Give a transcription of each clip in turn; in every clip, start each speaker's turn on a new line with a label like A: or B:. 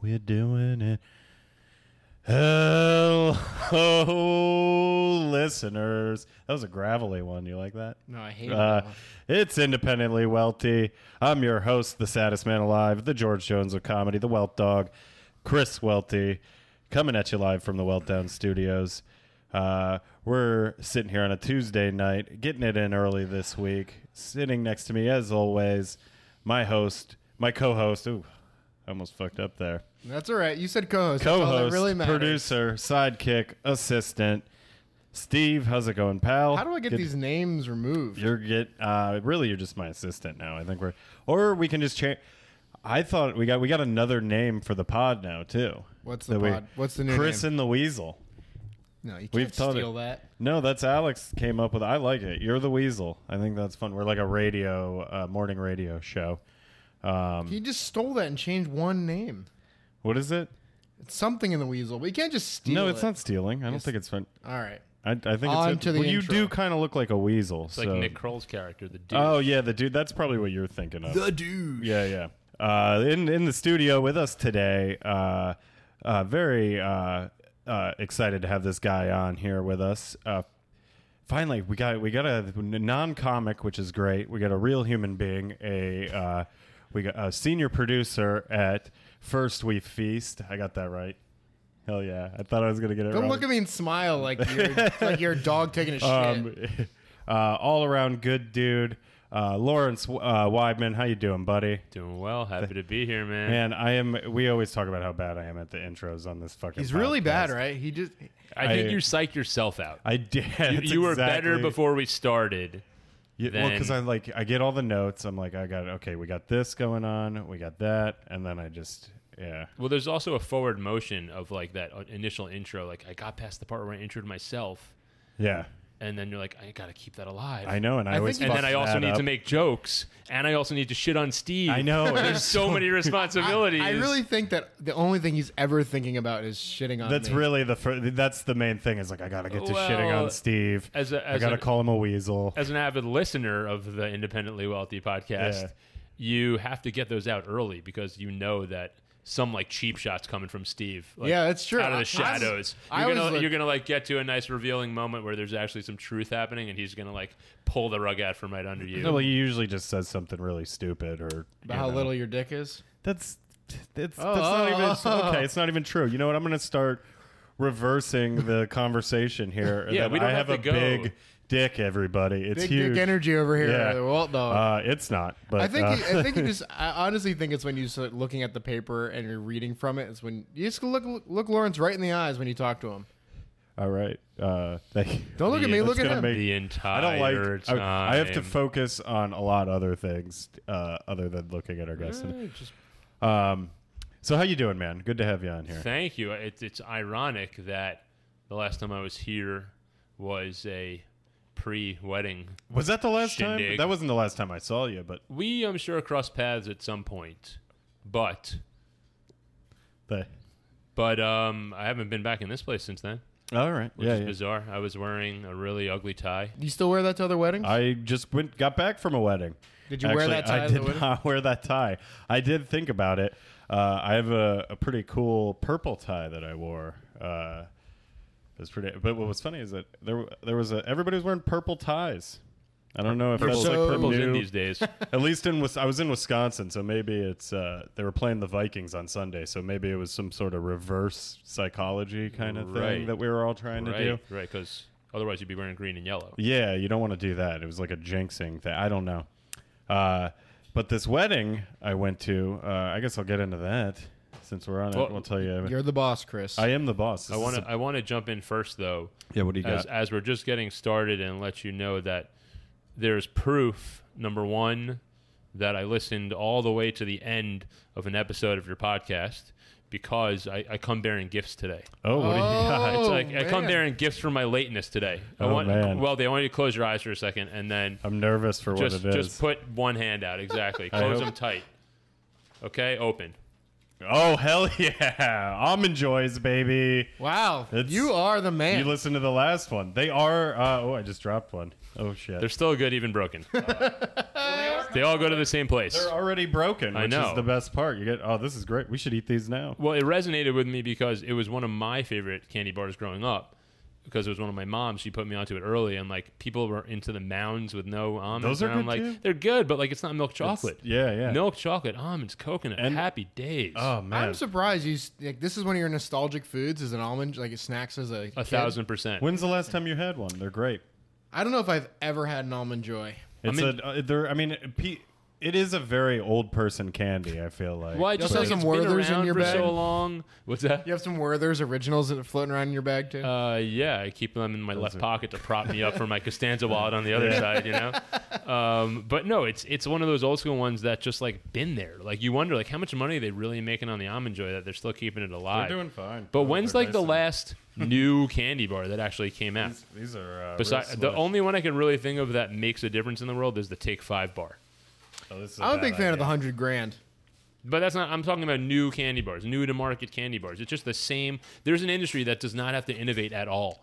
A: We're doing it. Hello, listeners. That was a gravelly one. You like that?
B: No, I hate
A: Uh,
B: that one.
A: it's independently welty. I'm your host, the saddest man alive, the George Jones of comedy, the Welt Dog, Chris Welty, coming at you live from the Weltdown Studios. Uh, we're sitting here on a Tuesday night, getting it in early this week. Sitting next to me, as always, my host, my co-host. Ooh, I almost fucked up there.
B: That's all right. You said co-host. That's all Oh, that
A: Co-host,
B: really matters.
A: producer, sidekick, assistant. Steve, how's it going, pal?
B: How do I get
A: Good-
B: these names removed?
A: you're get uh really you're just my assistant now. I think we're or we can just change I thought we got we got another name for the pod now too.
B: What's the
A: That we-
B: pod? What's the new
A: Chris
B: name?
A: and the Weasel.
B: no, you
A: we've
B: can't
A: thought
B: steal
A: it-
B: that.
A: No, that's Alex came up with. I like it. You're the Weasel. I think that's fun. We're like a radio uh, morning radio show. Um,
B: He just stole that and changed one name.
A: what is it?
B: It's something in the weasel. We can't just steal.
A: no, it's
B: it.
A: not stealing. I don't
B: Yes.
A: think it's fun.
B: All right.
A: I, I think
B: On
A: it's
B: to the
A: well, you
B: intro.
A: do kind of look like a weasel.
C: It's
A: so-
C: like Nick Kroll's character, the dude.
A: Oh yeah, the dude. That's probably what you're thinking of.
B: dude.
A: Yeah, yeah. Uh, in in the studio with us today, uh, uh, very uh, uh, excited to have this guy on here with us. Uh, finally, we got we got a non comic, which is great. We got a real human being, a uh, we got a senior producer at First We Feast. I got that right. Hell yeah! I thought I was gonna get it.
B: Don't
A: wrong.
B: look at me and smile like you're like you're a dog taking a shit.
A: Um, uh, all around good dude, uh, Lawrence uh, Weidman. How you doing, buddy?
C: Doing well. Happy to be here, man.
A: Man, I am. We always talk about how bad I am at the intros on this fucking.
B: He's really
A: podcast.
B: bad, right? He just
C: I think
A: I-
C: you psyched yourself out.
A: I did.
C: you you were better before we started.
A: Yeah, well, because I
C: than-
A: like I get all the notes. I'm like, I got okay. We got this going on. We got that, and then I just yeah.
C: Well, there's also a forward motion of like that uh, initial intro. Like I got past the part where I introed myself,
A: Yeah,
C: and then you're like, I gotta keep that alive.
A: I know, and I,
B: I
A: always.
B: think
C: And
A: fuck
C: then I also
A: that
C: need
A: up.
C: to make jokes, and I also need to shit on Steve.
A: I know.
C: There's so many
B: I,
C: responsibilities.
B: I really think that the only thing he's ever thinking about is shitting on.
A: That's
B: me.
A: really the first. That's the main thing. Is like I gotta get to shitting
C: Well,
A: on Steve.
C: as a- as
A: I gotta
C: an-
A: call him a weasel.
C: as an avid listener of the independently wealthy podcast
A: Yeah.
C: you have to get those out early because you know that some like cheap shots coming from steve like,
B: Yeah, that's true. I-
C: out of
B: I
C: the
B: was-
C: shadows
B: I
C: you're
B: was
C: gonna
B: like-
C: you're gonna like get to a nice revealing moment where there's actually some truth happening and he's gonna like pull the rug out from right under you
A: no, well, he usually just says something really stupid or
B: about
A: you
B: how
A: know.
B: little your dick is.
A: That's that's, that's
B: Oh,
A: not
B: oh,
A: even
B: oh.
A: okay. It's not even true. You know what? I'm going to start reversing the conversation here.
C: Yeah,
A: that
C: we don't
A: I have,
C: have
A: a
C: to go.
A: big dick. Everybody, it's
B: Big
A: huge.
B: dick energy over here.
A: Yeah.
B: Walt dog.
A: Uh, it's not. But
B: I think
A: uh,
B: I think you just I honestly think it's when you start looking at the paper and you're reading from it. It's when you just look look Lawrence right in the eyes when you talk to him.
A: all right. Uh, thank you.
B: Don't look at
C: Yeah,
B: me.
C: that's
B: Look at
A: gonna
B: him.
A: make-
C: the entire
A: I don't like.
C: time.
A: I, I have to focus on a lot of other things uh, other than looking at our guests.
C: Eh, just
A: Um, so how you doing, man? Good to have you on here.
C: Thank you. It's it's ironic that the last time I was here was a pre-wedding.
A: Was that the last time?
C: Shindig.
A: That wasn't the last time I saw you, but
C: We, I'm sure, crossed paths at some point, but
A: the.
C: but um, I haven't been back in this place since then,
A: All right.
C: which
A: yeah,
C: is
A: yeah.
C: bizarre. I was wearing a really ugly tie.
B: Do you still wear that to other weddings?
A: I just went got back from a wedding.
B: Did you wear that tie
A: I
B: to the
A: did
B: wedding?
A: not wear that tie. I did think about it. Uh, I have a, a pretty cool purple tie that I wore. Uh, it was pretty. But what was funny is that there w- there was a, everybody was wearing purple ties. I don't know if that's
C: Purple's,
B: so-
A: like
C: purple's
A: new-
C: in these days.
A: At least in Wis- I was in Wisconsin, so maybe it's uh, they were playing the Vikings on Sunday, so maybe it was some sort of reverse psychology kind of thing
C: Right.
A: that we were all trying to do.
C: right, right. Because otherwise you'd be wearing green and yellow.
A: Yeah, you don't want to do that. It was like a jinxing thing. I don't know. Uh, but this wedding I went to, uh, I guess I'll get into that since we're on it.
C: Well,
A: We'll tell you.
B: You're the boss, Chris.
A: I am the boss.
C: I
A: This
C: want
A: is
C: to I want to jump in first though.
A: a- yeah, what do you
C: as,
A: got?
C: as we're just getting started and let you know that there's proof number one that i listened all the way to the end of an episode of your podcast because i, I come bearing gifts today
A: oh, what do you got?
B: Oh,
C: it's like i come
B: man.
C: bearing gifts for my lateness today I
A: Oh,
C: want,
A: man.
C: well they want you to close your eyes for a second and then
A: I'm nervous for
C: just
A: what it is.
C: just put one hand out exactly
A: I
C: close
A: hope-
C: them tight okay open
A: oh, hell yeah. Almond Joys, baby.
B: Wow,
A: It's-
B: you are the man.
A: You listen to the last one. They are. Uh, oh, I just dropped one. Oh, shit.
C: they're still good even broken
D: They are
C: They all go to the same place.
A: They're already broken,
C: I
A: which
C: know.
A: is the best part. You get, oh, this is great. We should eat these now.
C: Well, it resonated with me because it was one of my favorite candy bars growing up. Because it was one of my moms, she put me onto it early, and like people were into the mounds with no almonds.
A: Those are
C: and I'm
A: good,
C: like,
A: too.
C: they're good, but like it's not milk chocolate.
A: Yeah, yeah.
C: Milk chocolate, almonds, coconut,
A: And-
C: happy days.
A: Oh man.
B: I'm surprised you s- like this is one of your nostalgic foods is an almond like it snacks as a,
C: a
B: kid.
C: thousand percent.
A: When's the last time you had one? They're great.
B: I don't know if I've ever had an almond joy.
A: It's
C: mean-
A: a. uh, They're. I mean, pe- it is a very old person candy. I feel like.
C: Why
B: You
C: just
B: also
C: like,
B: have
C: it's
B: some
C: been
B: Werther's in
C: around
B: your
C: for
B: bag?
C: so long? What's that?
B: You have some Werther's originals that are floating around in your bag too.
C: Uh, yeah, I keep them in my left
A: are-
C: pocket to prop me up for my Costanza wallet on the other side, you know. Um, but no, it's it's one of those old school ones that just like been there. Like you wonder, like how much money are they really making on the almond joy that they're still keeping it
A: They're
C: alive.
A: doing fine.
C: but
A: Oh,
C: when's
A: they're
C: like the
A: nice
C: last new candy bar that actually came out?
A: and- These are. Uh,
C: Besides,
A: real
C: the
A: slush.
C: only one I can really think of that makes a difference in the world is the Take Five bar.
A: Oh, this is
B: I'm a
A: bad
B: big fan of
A: idea.
B: the hundred grand.
C: But that's not. I'm talking about new candy bars, new to market candy bars. It's just the same. There's an industry that does not have to innovate at all.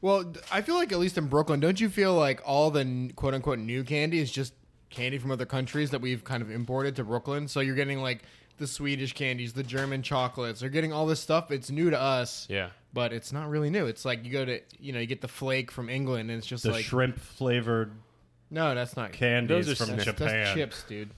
B: Well, d- I feel like at least in Brooklyn, don't you feel like all the n- quote unquote new candy is just candy from other countries that we've kind of imported to Brooklyn? So you're getting like the Swedish candies, the German chocolates. You're getting all this stuff. It's new to us.
C: Yeah.
B: But it's not really new. It's like you go to, you know, you get the flake from England and it's just
A: The
B: like,
A: shrimp flavored
B: no, that's not
A: candies
C: Those are
A: from
C: snacks.
A: Japan.
B: that's chips, dude.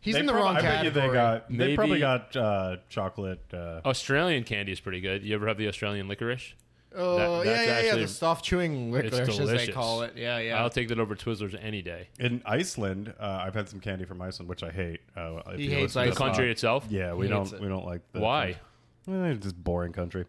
B: He's
A: They
B: in the
A: prob-
B: wrong
A: I bet you
B: category.
A: they got.
C: Maybe-
A: They probably got uh, chocolate. Uh,
C: Australian candy is pretty good. You ever have the Australian licorice?
B: oh,
C: that- that's
B: yeah, yeah, yeah.
C: actually-
B: The soft chewing licorice, as they
C: delicious.
B: call it. Yeah, yeah.
C: I'll take that over Twizzlers any day.
A: in Iceland, uh, I've had some candy from Iceland, which I hate. Uh, if
B: He
A: you listen to
B: hates
C: The
B: Iceland.
A: this
C: country
A: pod-
C: itself?
A: Yeah, we
B: hates
A: don't.
B: it.
A: We don't like. The
C: Why?
A: Eh, it's just boring country,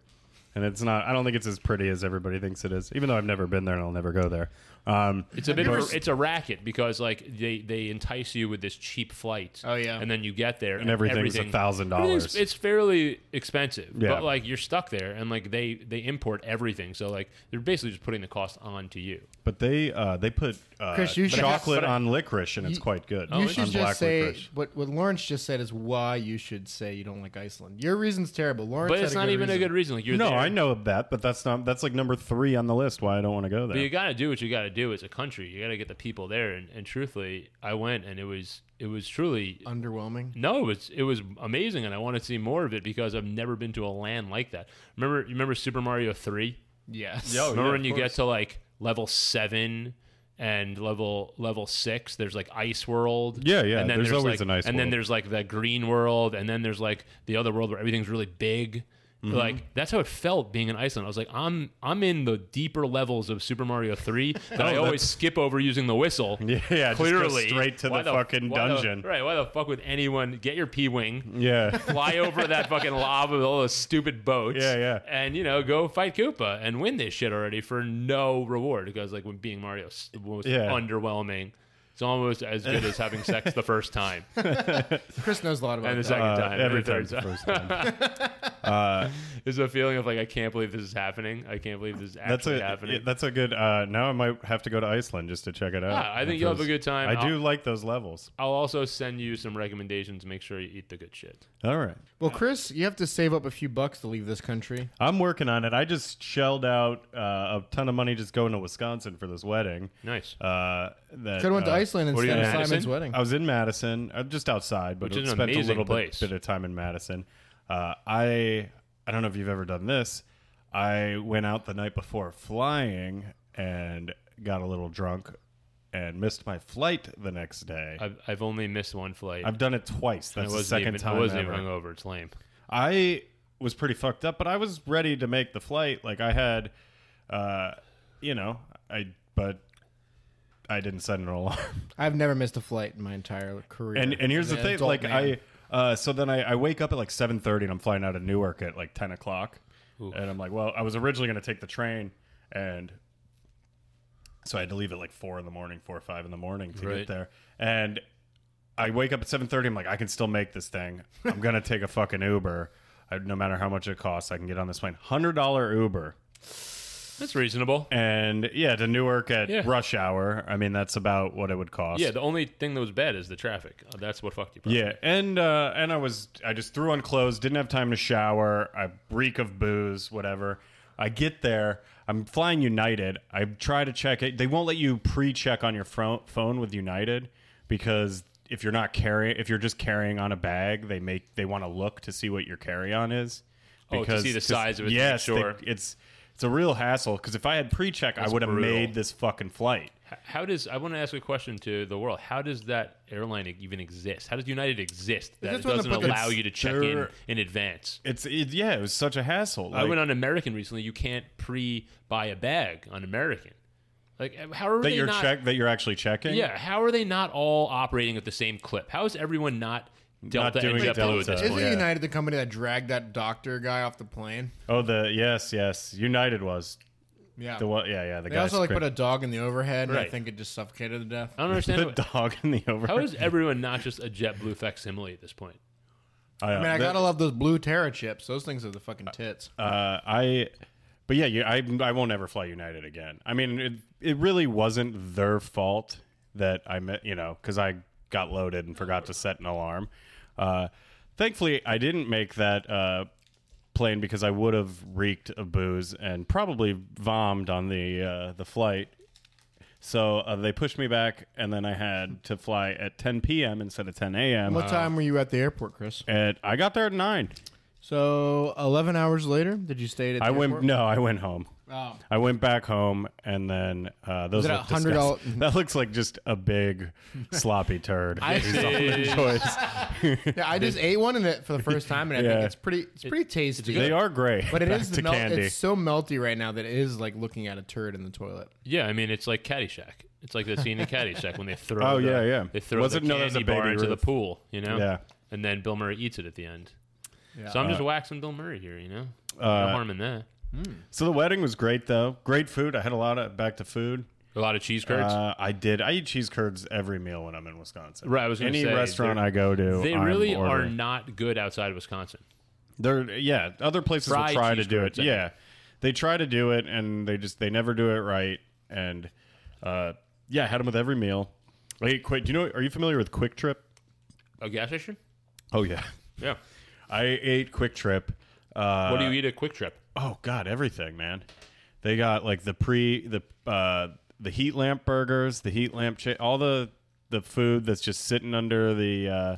A: and it's not. I don't think it's as pretty as everybody thinks it is. Even though I've never been there and I'll never go there. Um,
C: It's a bit of a, it's a racket because like they, they entice you with this cheap flight.
B: Oh, yeah.
C: and then you get there
A: and everything's a
C: everything-
A: thousand
C: everything's-
A: dollars.
C: It's fairly expensive,
A: Yeah.
C: but like you're stuck there, and like they they import everything, so like they're basically just putting the cost onto you.
A: But they uh, they put uh,
B: Chris, you should-
A: chocolate
B: But I-
A: on licorice, and it's
B: You-
A: quite good.
C: Oh,
B: you
A: on
B: should
A: black
B: just say
A: licorice.
B: what what Lawrence just said is why you should say you don't like Iceland. Your reason's terrible, Lawrence.
C: But it's not even a good reason. Like you're
A: No,
C: there.
A: I know that, but that's not. That's like number three on the list. Why I don't want to go there.
C: But you got to do what you got to do as a country. You got to get the people there. And, and truthfully, I went, and it was it was truly
B: Underwhelming.
C: No, it was it was amazing, and I want to see more of it because I've never been to a land like that. Remember, you remember Super Mario Three?
B: Yes.
A: Yo,
C: remember
A: yeah,
C: when
A: of
C: you get
A: course.
C: to like level seven and level level six? There's like Ice World.
A: Yeah, yeah,
C: And then
A: there's always
C: like,
A: an Ice
C: And then
A: World.
C: there's like the Green World, and then there's like the other world where everything's really big.
A: Mm-hmm.
C: Like that's how it felt being in Iceland. I was like, I'm I'm in the deeper levels of Super Mario Three that I always skip over using the whistle.
A: Oh, Yeah, yeah, just go
C: clearly
A: straight to
C: Why
A: the fucking
C: why the-
A: dungeon.
C: right? Why the fuck would anyone get your P wing?
A: yeah,
C: fly over that fucking lava with all those stupid boats.
A: Yeah, yeah.
C: And you know, go fight Koopa and win this shit already for no reward because like when being Mario s- was
A: Yeah.
C: underwhelming. It's almost as good as having sex the first time
B: Chris knows a lot about
C: and
B: that.
C: the second
A: Uh,
C: time.
A: every
C: and the third
A: time's the
C: time.
A: first time.
C: There's a feeling of like I can't believe this is happening. I can't believe this is
A: That's
C: actually
A: a
C: happening.
A: yeah, that's a good. Uh, now I might have to go to Iceland just to check it out.
C: Yeah, I think
A: It
C: you'll have a
A: feels-
C: good time.
A: I do
C: I'll-
A: like those levels.
C: I'll also send you some recommendations. Make sure you eat the good shit.
A: All right,
B: Well, Chris, you have to save up a few bucks to leave this country.
C: Uh,
A: I'm working on it. I just shelled out uh, a ton of money just going to Wisconsin for this wedding.
C: Nice.
A: Uh, that
B: Could have went to
A: uh,
B: Iceland
C: what are you
B: instead of
C: in Madison?
B: Simon's wedding.
A: I was in Madison, uh, just outside, but
C: Which is an
A: spent a
C: amazing
A: little bit-
C: place.
A: Bit, of time in Madison. Uh, I I don't know if you've ever done this. I went out the night before flying and got a little drunk and missed my flight the next day.
C: I've, I've only missed one flight.
A: I've done it twice.
C: and
A: That's
C: I
A: the
C: wasn't
A: second
C: even,
A: time
C: I wasn't
A: ever.
C: even hungover. It's lame.
A: I was pretty fucked up, but I was ready to make the flight. Like I had, uh, you know, I but I didn't set an alarm.
B: I've never missed a flight in my entire career.
A: And and here's the
B: As an
A: thing,
B: adult
A: like
B: man.
A: I. Uh, so then I, I wake up at like 7.30 and i'm flying out of newark at like 10 o'clock and i'm like well i was originally going to take the train and so i had to leave at like 4 in the morning 4 or 5 in the morning to
C: Right.
A: get there and i wake up at 7.30 i'm like i can still make this thing i'm going to take a fucking uber I, no matter how much it costs i can get on this plane $100 uber
C: That's reasonable.
A: and yeah to newark at
C: Yeah.
A: rush hour i mean that's about what it would cost
C: Yeah, the only thing that was bad is the traffic. Uh, That's what fucked you. probably.
A: Yeah, and uh, and I was I just threw on clothes, didn't have time to shower. I reek of booze, whatever. I get there. I'm flying United. I try to check it. They won't let you pre-check on your fro- phone with United because if you're not carrying, if you're just carrying on a bag, they make they want to look to see what your carry on is.
C: Oh, to see the size of it, to make
A: Yes, they-
C: sure.
A: it's it's a real hassle because if I had pre check, I
C: That's
A: would have
C: brutal.
A: made this fucking flight.
C: H- How does I want to ask a question to the world? How does that airline e, even exist? How does United exist that it
B: just wanna
C: doesn't
B: put the-
C: allow you to check in
A: They're-
C: in advance?
A: It's it, yeah, it was such a hassle.
C: I
A: Like,
C: went on American recently. You can't pre-buy a bag on American. Like uh, how are
A: that
C: they
A: you're
C: not?
A: check that you're actually checking.
C: yeah, how are they not all operating at the same clip? How is everyone not Delta and
A: doing
C: JetBlue at
A: Delta.
C: this
A: Is
B: Isn't
C: point?
A: Yeah.
B: United the company that dragged that doctor guy off the plane?
A: Oh, the yes, yes. United was
B: Yeah.
A: the one. Yeah, yeah. The
B: they
A: guy
B: also like
A: scra-
B: put a dog in the overhead, and I
C: Right.
B: think it just suffocated to death.
C: I don't understand.
A: the
C: what-
A: dog in the overhead.
C: how is everyone not just a JetBlue facsimile at this point?
A: Oh,
B: I mean, I gotta love those blue Terra chips. Those things are the fucking tits.
C: Uh-huh.
A: Uh, I, but yeah, you, I, I won't ever fly United again. I mean, it, it really wasn't their fault that I met, you know, because I got loaded and forgot to set an alarm. Uh, thankfully, I didn't make that uh, plane because I would have reeked of booze and probably vomed on the uh, the flight. So uh, they pushed me back, and then I had to fly at 10 p.m. instead of 10 a.m.
B: what time were you at the airport, Chris?
A: and I got there at nine.
B: So eleven hours later, did you stay at? The
A: I
B: airport?
A: went. No, I went home.
B: Oh.
A: I went back home, and then uh, those
B: it
A: look
B: a hundred
A: disgust-
B: dollar-
A: That looks like just a big sloppy turd. Is all the choice.
B: Yeah, I just ate one in it for the first time, and I
A: Yeah.
B: think it's pretty. It's pretty tasty.
A: They are great,
B: but it
A: Back
B: is
A: to
B: mel-
A: candy.
B: It's so melty right now that it is like looking at a turd in the toilet.
C: Yeah, I mean it's like Caddyshack. It's like the scene in Caddyshack when they throw.
A: Oh,
C: the-
A: yeah, yeah.
C: They throw
A: Was
C: the
A: it- no, that was
C: candy
A: a
C: bar
A: baby
C: into the
A: Ruth.
C: pool, you know.
A: Yeah. Uh,
C: And then Bill Murray eats it at the end.
B: Yeah.
C: So I'm just waxing Bill Murray here, you know. no harm in that.
A: so the wedding was great, though. Great food. I had a lot of back to food.
C: A lot of cheese curds.
A: Uh, I did. I eat cheese curds every meal when I'm in Wisconsin.
C: Right, I was gonna
A: any
C: say,
A: restaurant
C: they're-
A: I go to,
C: they
A: I'm
C: really are
A: ordering.
C: not good outside of Wisconsin.
A: They're yeah. Other places
C: Fried
A: will try to
C: cheese
A: do
C: curds,
A: it.
C: I
A: Yeah, they try to do it, and they just they never do it right. And uh, yeah, I had them with every meal. I ate quick. Do you know? Are you familiar with Quick Trip?
C: A gas station?
A: Oh yeah,
C: Yeah.
A: I ate Quick Trip. Uh,
C: What do you eat at Quick Trip?
A: Oh god, everything, man. They got like the pre the uh, the heat lamp burgers, the heat lamp, chi- all the the food that's just sitting under the. Uh,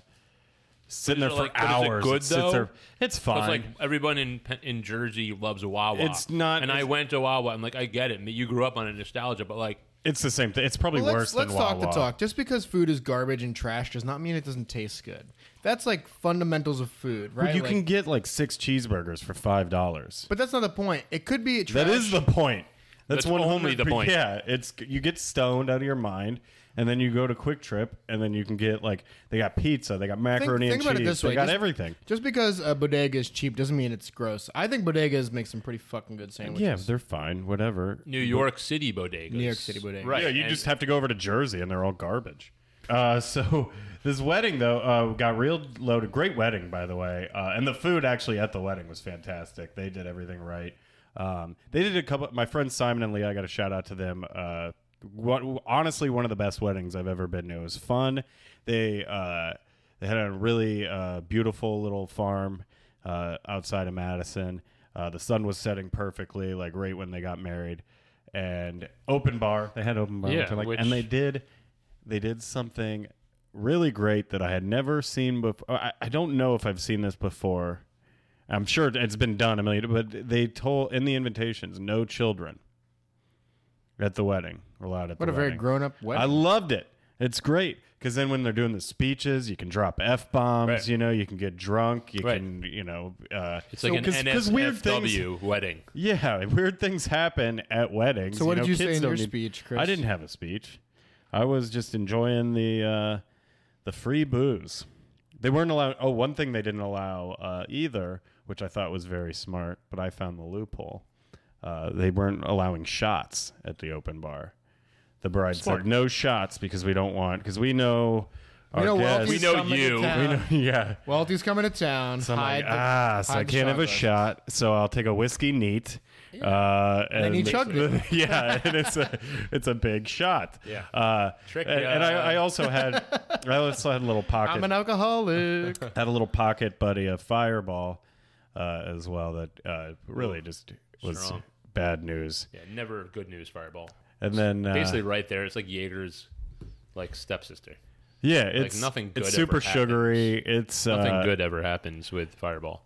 A: Sitting there
C: it
A: for
C: like- but is it
A: hours.
C: good,
A: sits
C: though?
A: there- It's fine.
C: It's like everyone in Pen- in Jersey loves Wawa.
A: It's not-
C: And I
A: it's-
C: went to Wawa. I'm like, I get it. You grew up on a nostalgia, but like,
A: it's the same thing. It's probably
B: Well,
A: worse
B: let's let's
A: than
B: talk the
A: Wawa.
B: talk. Just because food is garbage and trash does not mean it doesn't taste good. That's like fundamentals of food, right?
A: You
B: Like-
A: can get like six cheeseburgers for five dollars.
B: but that's not the point. It could be trash.
A: That is the point. That's,
C: That's
A: one
C: only the point.
A: Yeah, it's you get stoned out of your mind, and then you go to Quick Trip, and then you can get like they got pizza, they got macaroni
B: think
A: and
B: about it
A: cheese,
B: this
A: they
B: way.
A: got
B: Just-
A: everything.
B: Just because a bodega is cheap doesn't mean it's gross. I think bodegas make some pretty fucking good sandwiches.
A: Yeah, they're fine. Whatever.
C: New York City bodegas.
B: New York City bodegas.
C: Right.
A: Yeah, you
C: and-
A: just have to go over to Jersey, and they're all garbage. Uh, so this wedding though uh, got real loaded. Great wedding, by the way, uh, and the food actually at the wedding was fantastic. They did everything right. Um, they did a couple. My friends Simon and Lee, I got a shout out to them. Uh, what, honestly, one of the best weddings I've ever been to. It was fun. They uh, they had a really uh, beautiful little farm uh, outside of Madison. Uh, the sun was setting perfectly, like right when they got married. And open bar, they had open bar,
C: Yeah,
A: which I like.
C: which-
A: and they did they did something really great that I had never seen before. I, I don't know if I've seen this before. I'm sure it's been done a million, but they told in the invitations no children at the wedding allowed at
B: What
A: the
B: a very
A: wedding.
B: grown up wedding.
A: I loved it. It's great because then when they're doing the speeches, you can drop f bombs.
C: Right.
A: You know, you can get drunk. You
C: Right.
A: can, you know, uh,
C: It's like an NSFW
A: weird things.
C: wedding.
A: Yeah, weird things happen at weddings.
B: So
A: you
B: what
A: know,
B: did you
A: kids
B: say in
A: don't
B: your
A: need-
B: speech, Chris?
A: I didn't have a speech. I was just enjoying the uh, the free booze. They weren't allowed. Oh, one thing they didn't allow uh, either, which I thought was very smart, but I found the loophole. Uh, they weren't allowing shots at the open bar. The bride
C: Smart.
A: said, "No shots because we don't want because we know our
B: we know
A: guests.
B: Wealthy's
C: We know
B: coming
C: you.
B: To
C: We
B: town.
A: We know- yeah."
B: Wealthy's coming to town.
A: So I'm
B: hide
A: like,
B: the-
A: ah, so
B: hide
A: I
B: the
A: can't have a
B: shotgun."
A: shot. So I'll take a whiskey neat. Uh, and,
B: he chugged it.
A: yeah, and it's a it's a big shot.
C: Yeah.
A: uh,
C: Trick
A: and, and
C: ya.
A: I, I also had I also had a little pocket
B: I'm an alcoholic.
A: had a little pocket buddy of Fireball uh, as well that uh, really just was
C: Strong.
A: bad news.
C: Yeah, never good news, Fireball.
A: And then uh,
C: Basically, right there, it's like Jaeger's like stepsister.
A: Yeah, it's
C: nothing good
A: It's
C: ever
A: super
C: happens.
A: sugary. It's
C: Nothing
A: uh,
C: good ever happens with Fireball.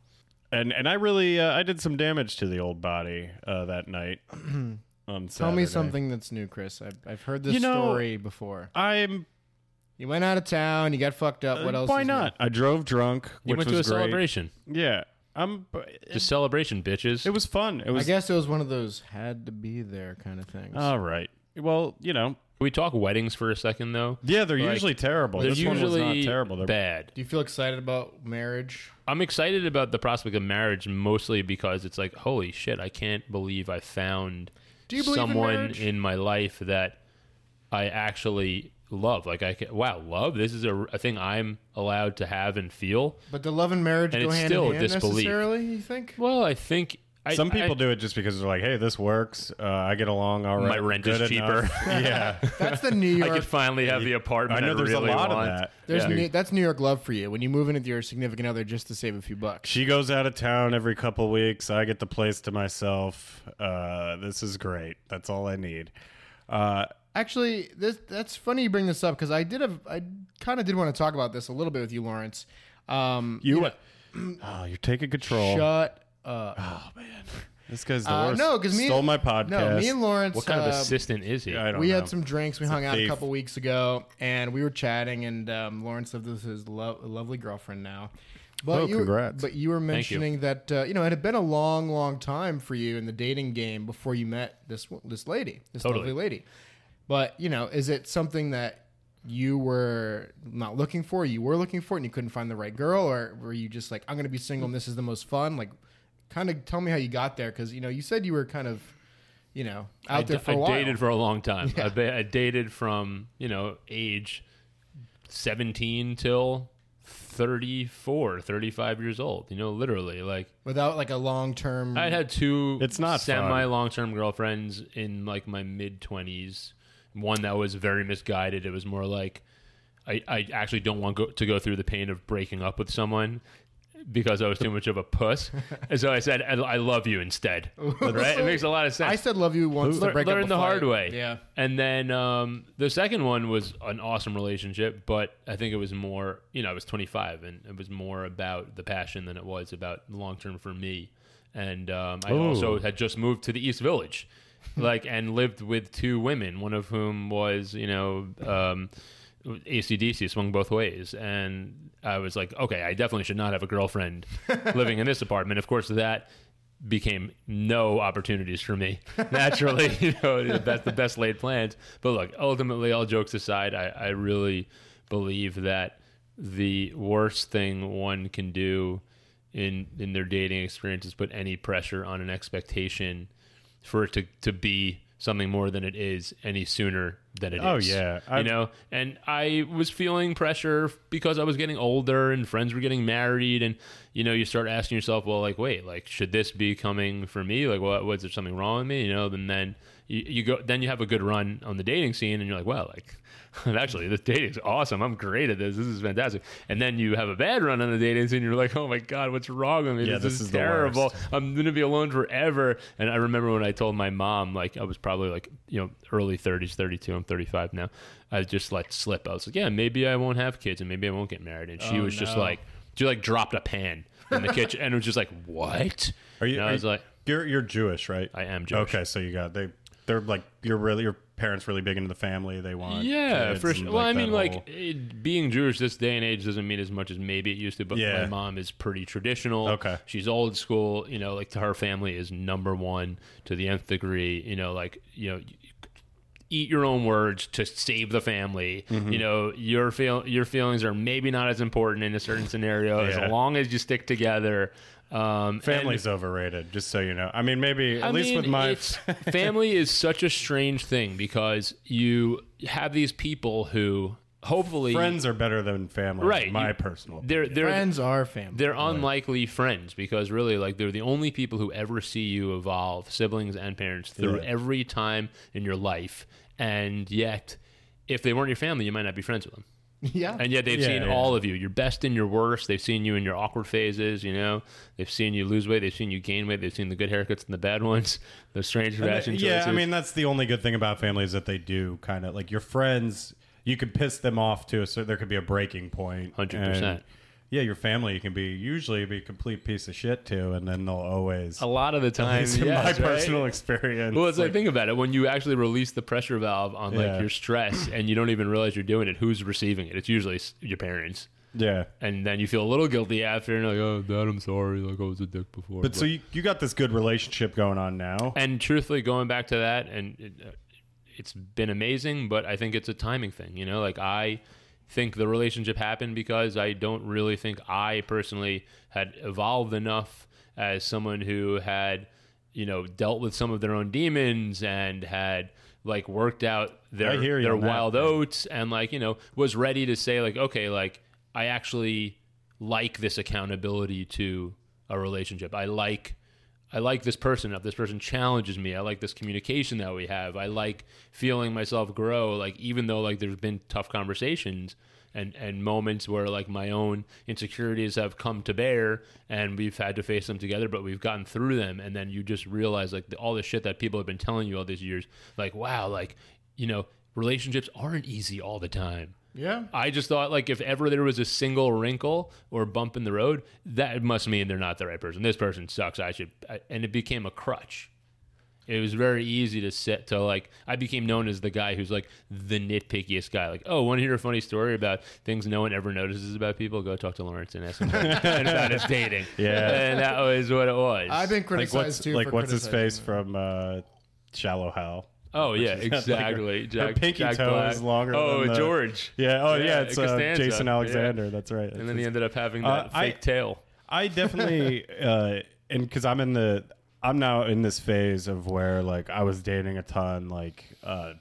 A: and and I really uh, I did some damage to the old body uh, that night. on
B: Tell me
A: Saturday.
B: something that's new, Chris. I've, I've heard this
A: You know-
B: story before.
A: I'm.
B: You went out of town. You got fucked up. What else?
A: Uh, Why
B: is new?
A: not? I drove drunk.
C: You
A: which
C: went to a
A: was great.
C: celebration.
A: Yeah, I'm.
C: Just celebration, bitches.
A: It was fun. It was Uh,
B: I guess it was one of those had to be there kind of things.
A: all right. Well, you know,
C: Can we talk weddings for a second though?
A: yeah, they're
C: Like,
A: usually terrible.
C: They're
A: This
C: usually
A: one was not terrible. They're
C: bad.
B: Do you feel excited about marriage?
C: I'm excited about the prospect of marriage mostly because it's like, holy shit, I can't believe I found
B: Do you believe in
C: someone
B: marriage?
C: my life that I actually love. Like, I can, wow, love. This is a, a thing I'm allowed to have and feel.
B: But do love and marriage
C: And
B: go
C: it's
B: hand
C: still
B: in hand
C: disbelief.
B: necessarily? You think?
C: Well, I think I,
A: Some people
C: I-
A: do it just because they're like, "Hey, this works. Uh, I get along all right.
C: My rent is
A: Good
C: cheaper."
A: enough." yeah,
B: That's the New York.
C: I could finally have the
A: I
C: apartment.
A: know there's
C: really
A: a lot
C: want.
A: of that.
B: There's
A: Yeah.
B: New, that's New York love for you when you move in with your significant other just to save a few bucks.
A: she goes out of town every couple weeks. I get the place to myself. Uh, this is great. That's all I need. Uh,
B: Actually, this that's funny you bring this up because I did have I kind of did want to talk about this a little bit with you, Lawrence. Um,
A: you,
B: know-
A: oh, you're taking control.
B: shut up.
A: This guy's the
B: Uh,
A: worst.
B: no, because me
A: stole
B: and,
A: my podcast.
B: No, me and Lawrence.
C: What kind of
B: uh,
C: assistant is he?
A: I don't
B: we
A: know.
B: had some drinks. We hung out
A: thief.
B: a couple weeks ago, and we were chatting. And um, Lawrence lived with his lo- lovely girlfriend now. But
A: Oh,
B: you,
A: congrats.
B: But you were
C: Thank you.
B: mentioning that uh, you know it had been a long, long time for you in the dating game before you met this w- this lady, this
C: Totally.
B: lovely lady. But you know, is it something that you were not looking for? You were looking for, it and you couldn't find the right girl, or were you just like, I'm going to be single, and this is the most fun? Like, kind of tell me how you got there, because you know, you said you were kind of, you know, out
C: I
B: there
C: d-
B: for
C: I
B: a while.
C: dated for a long time.
B: Yeah.
C: I, ba- I dated from you know age seventeen till 34, 35 years old. You know, literally like
B: without like a long term.
C: I had two.
A: It's not fun.
C: semi long term girlfriends in like my mid twenties. One that was very misguided. It was more like I, I actually don't want go, to go through the pain of breaking up with someone because I was too much of a puss. And so I said, I, I love you instead. right? It makes a lot of sense.
B: I said love you once to
C: Lear-
B: break up
C: learn
B: a
C: the
B: fight.
C: hard way.
B: Yeah.
C: And then um, the second one was an awesome relationship, but I think it was more, you know, I was 25 and it was more about the passion than it was about long term for me. And um, I also had just moved to the East Village, like, and lived with two women, one of whom was, you know, um, ACDC swung both ways. And I was like, okay, I definitely should not have a girlfriend living in this apartment. Of course, that became no opportunities for me naturally you know that's the best laid plans but look ultimately all jokes aside I, I really believe that the worst thing one can do in in their dating experience is put any pressure on an expectation for it to, to be something more than it is any sooner than it is.
A: Oh, yeah.
C: you
A: I've-
C: know and i was feeling pressure because i was getting older and friends were getting married and you know you start asking yourself well like wait like should this be coming for me like what was there something wrong with me you know and then you, you go then you have a good run on the dating scene and you're like wow like actually this dating's awesome i'm great at this this is fantastic and then you have a bad run on the dating scene and you're like oh my god what's wrong with me
A: Yeah,
C: this,
A: this
C: is,
A: is the
C: terrible
A: worst.
C: I'm gonna be alone forever. And I remember when I told my mom, like I was probably like you know early 30s, 32. I'm 35 now. I just let slip. I was like, yeah, maybe I won't have kids and maybe I won't get married. And
A: Oh,
C: she was just
B: no.
C: like, she like dropped a pan in the kitchen and was just like, what?
A: Are you?
C: And
A: are
C: I was
A: you-
C: like,
A: you're you're Jewish, right?
C: I am Jewish.
A: Okay, so you got they they're like you're really your parents really big into the family. They want
C: Yeah,
A: kids
C: for
A: and,
C: sure. Well, I
A: that
C: mean,
A: whole-
C: like it, being Jewish this day and age doesn't mean as much as maybe it used to. But my
A: Yeah.
C: mom is pretty traditional.
A: Okay.
C: she's old school. You know, like to her family is number one to the nth degree. You know, like you know. you- Eat your own words to save the family.
A: Mm-hmm.
C: You know your feel your feelings are maybe not as important in a certain scenario
A: Yeah.
C: as long as you stick together. Um, and-
A: family's overrated. Just so you know, I mean, maybe at least with my
C: it's- family is such a strange thing because you have these people who hopefully
A: friends are better than family.
C: Right,
A: my
C: you-
A: personal.
C: they're they're
B: Friends are family.
C: they're unlikely friends because really like they're the only people who ever see you evolve siblings and parents through
A: Yeah.
C: every time in your life and yet if they weren't your family you might not be friends with them
B: yeah.
C: and yet they've
A: Yeah,
C: seen
A: yeah.
C: all of you, your best and your worst. They've seen you in your awkward phases, you know. They've seen you lose weight, they've seen you gain weight, they've seen the good haircuts and the bad ones, the strange fashion
A: uh, yeah,
C: choices.
A: I mean, that's the only good thing about family is that they do kind of like your friends. you could piss them off too. So there could be a breaking point.
C: 100%.
A: And, Yeah, your family you can be usually be a complete piece of shit to, and then they'll always.
C: A lot of the time,
A: It's in
C: yes,
A: my
C: right?
A: personal experience.
C: Well, it's like,
A: like-
C: think about it. When you actually release the pressure valve on like
A: Yeah.
C: your stress, and you don't even realize you're doing it, who's receiving it? It's usually s- your parents,
A: yeah.
C: and then you feel a little guilty after, and like, oh, Dad, I'm sorry. Like I was a dick before.
A: But so you, you got this good relationship going on now.
C: and truthfully, going back to that, and it, uh, it's been amazing, but I think it's a timing thing. You know, like I think the relationship happened because I don't really think I personally had evolved enough as someone who had, you know, dealt with some of their own demons and had like worked out their
A: I hear you
C: their
A: on that,
C: wild
A: man.
C: oats and like you know was ready to say like okay like I actually like this accountability to a relationship. I like I like this person up. This person challenges me. I like this communication that we have. I like feeling myself grow. Like even though like there's been tough conversations and and moments where like my own insecurities have come to bear and we've had to face them together, but we've gotten through them. And then you just realize like the, all the shit that people have been telling you all these years. Like wow, like you know relationships aren't easy all the time.
B: Yeah.
C: I just thought like if ever there was a single wrinkle or bump in the road, that must mean they're not the right person. This person sucks. I should, I, and it became a crutch. It was very easy to sit to like. I became known as the guy who's like the nitpickiest guy. Like, oh, want to hear a funny story about things no one ever notices about people? Go talk to Lawrence and ask him about his dating.
A: Yeah.
C: and that was what it was.
B: I've been
A: like
B: criticized
A: what's
B: too.
A: like
B: for
A: what's his
B: criticizing
A: face from uh, Shallow Hal?
C: Oh yeah,
A: is like her-
C: exactly.
A: her
C: Jack,
A: pinky
C: Jack
A: toe
C: Black.
A: is longer
C: Oh,
A: than the-
C: George.
A: Yeah. Oh yeah.
C: Yeah,
A: it's uh,
C: Costanza.
A: Jason
C: Yeah.
A: Alexander. That's right.
C: And then he ended up having
A: Uh,
C: that fake
A: I-
C: tail.
A: I definitely, uh, and because I'm in the, I'm now in this phase of where like I was dating a ton, like, uh,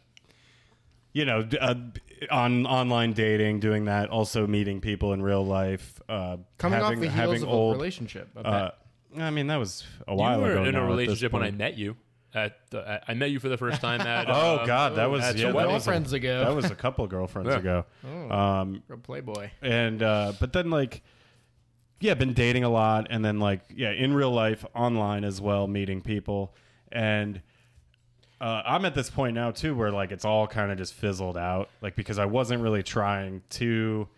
A: you know, d- uh, on online dating, doing that, also meeting people in real life, uh,
B: Coming
A: having,
B: off the heels
A: having
B: of
A: old,
B: a relationship. of that.
A: Uh, I mean, that was a while
C: you were
A: ago.
C: in
A: now
C: a
A: at this
C: relationship when I
A: point.
C: met you. At the, I I met you for the first time at.
A: Oh
C: um,
A: God, that was
C: at
A: yeah,
C: your
A: that
C: wedding.
A: was, a,
B: Girlfriends ago.
A: that was a couple girlfriends
C: Yeah. Oh.
A: ago. Um,
B: Real Playboy.
A: and uh, but then like yeah been dating a lot and then like yeah in real life online as well meeting people and uh, i'm at this point now too where like it's all kind of just fizzled out like because i wasn't really trying to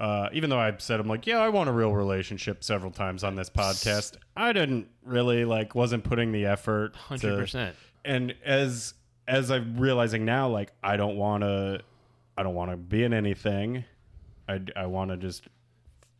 A: uh, even though i said i'm like yeah i want a real relationship several times on this podcast i didn't really like wasn't putting the effort to-
C: 100%.
A: and as as i'm realizing now like i don't want to i don't want to be in anything i, I want to just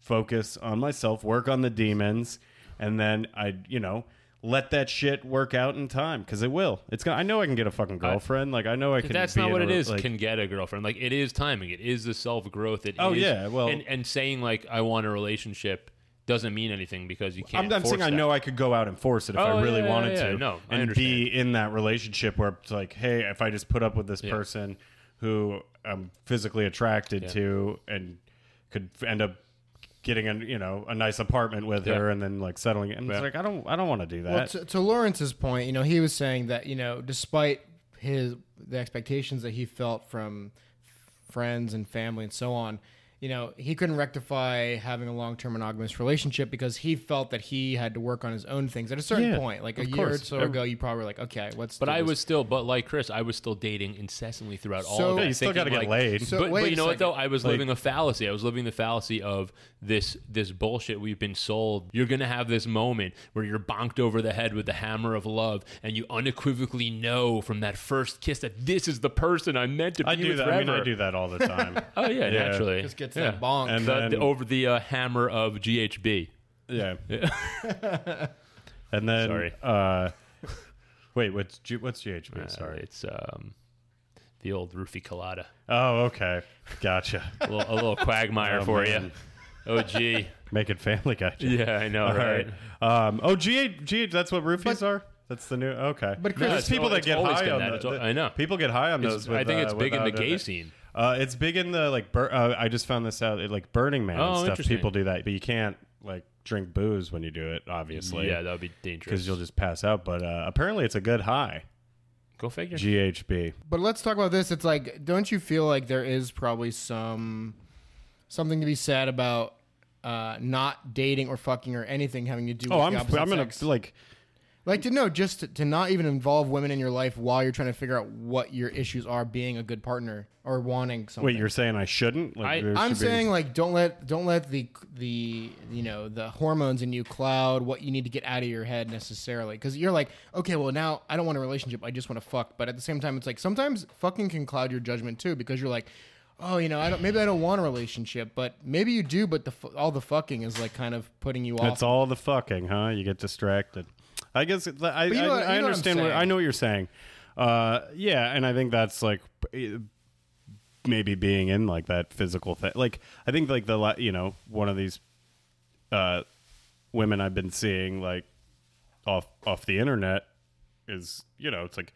A: focus on myself work on the demons and then i you know let that shit work out in time because it will it's gonna i know i can get a fucking girlfriend like i know i can
C: That's
A: be
C: not
A: in
C: what
A: a
C: it
A: re-
C: is.
A: like,
C: can get a girlfriend. Like it is timing. It is the self growth. It
A: Oh,
C: is-
A: yeah, well-
C: and, and saying like I want a relationship doesn't mean anything because you
A: I'm,
C: can't.
A: I'm saying
C: force
A: I
C: that.
A: know I could go out and force it if
C: Oh,
A: I really
C: yeah, yeah,
A: wanted
C: yeah.
A: to.
C: No, I
A: and
C: understand.
A: be in that relationship where it's like, hey, if I just put up with this person who I'm physically attracted to and could f- end up getting a you know a nice apartment with
C: Yeah.
A: her and then like settling it. And
C: Yeah.
A: it's like I don't I don't want to do that.
B: Well, to, to Lawrence's point, you know, he was saying that you know, despite his the expectations that he felt from friends and family and so on, you know, he couldn't rectify having a long term monogamous relationship because he felt that he had to work on his own things at a certain
A: Yeah,
B: point, like a
A: of
B: year or
A: course.
B: so ago. You probably were like, okay, what's
C: But I was still, but like Chris, I was still dating incessantly throughout all
B: So-
C: of that.
B: Yeah, you
A: still gotta
C: thinking,
A: get
C: like-
A: laid.
B: So
C: but,
B: wait
C: but
B: a
C: you know what
B: second.
C: though? I was living a fallacy. I was living the fallacy of this this bullshit we've been sold. You're gonna have this moment where you're bonked over the head with the hammer of love, and you unequivocally know from that first kiss that this is the person I'm meant to be
A: I do
C: with
A: that. I
C: forever.
A: mean, I do that all the time.
C: Oh yeah,
A: Yeah.
C: naturally.
B: just gets
C: yeah.
B: that bonk.
A: And
C: The-
A: then-
C: the- over the uh, hammer of GHB.
A: yeah. and then
C: Sorry.
A: uh wait, what's G, what's GHB? Sorry.
C: Uh, it's um, the old roofie colada.
A: Oh, okay. Gotcha.
C: A little, a little quagmire
A: Oh,
C: for
A: man.
C: you. Oh gee.
A: Making family guy. jokes.
C: Yeah, I know,
A: All
C: right?
A: right. Um, oh, GH, GH, that's what roofies are. That's the new okay. There's
B: But Chris-
A: just people
C: No,
A: that
C: it's
A: get
C: always
A: high
C: been
A: on
C: that.
A: the-
C: It's al-
A: the-
C: I know.
A: people get high on
C: It's-
A: those. With,
C: I think
A: uh,
C: it's big in the
A: without
C: gay
A: it.
C: scene.
A: Uh, it's big in the like. Bur- uh, I just found this out. Like Burning Man
C: Oh,
A: and stuff.
C: interesting.
A: People do that, but you can't like drink booze when you do it, obviously.
C: yeah, that would be dangerous.
A: because you'll just pass out. But uh, apparently, it's a good high.
C: Go figure.
A: GHB.
B: But let's talk about this. It's like, don't you feel like there is probably some something to be said about uh, not dating or fucking or anything having to do? With
A: Oh, I'm
B: the
A: I'm
B: opposite
A: gonna
B: sex?
A: like.
B: Like to know just to, to not even involve women in your life while you're trying to figure out what your issues are being a good partner or wanting something.
A: Wait, you're saying I shouldn't?
C: I-
A: there
B: I'm
A: should be-
B: saying like don't let don't let the the you know the hormones in you cloud what you need to get out of your head necessarily because you're like okay well now I don't want a relationship I just want to fuck but at the same time it's like sometimes fucking can cloud your judgment too because you're like oh you know I don't maybe I don't want a relationship but maybe you do but the fu- all the fucking is like kind of putting you off
A: That's all the fucking, huh? You get distracted. I guess it- I,
B: you know
A: I, I
B: what- you know what I'm
A: understand. What
B: saying.
A: I know what you're saying. Uh, yeah, and I think that's like eh, maybe being in like that physical thing. Like I think like the la- you know one of these uh, women I've been seeing like off off the internet is you know it's like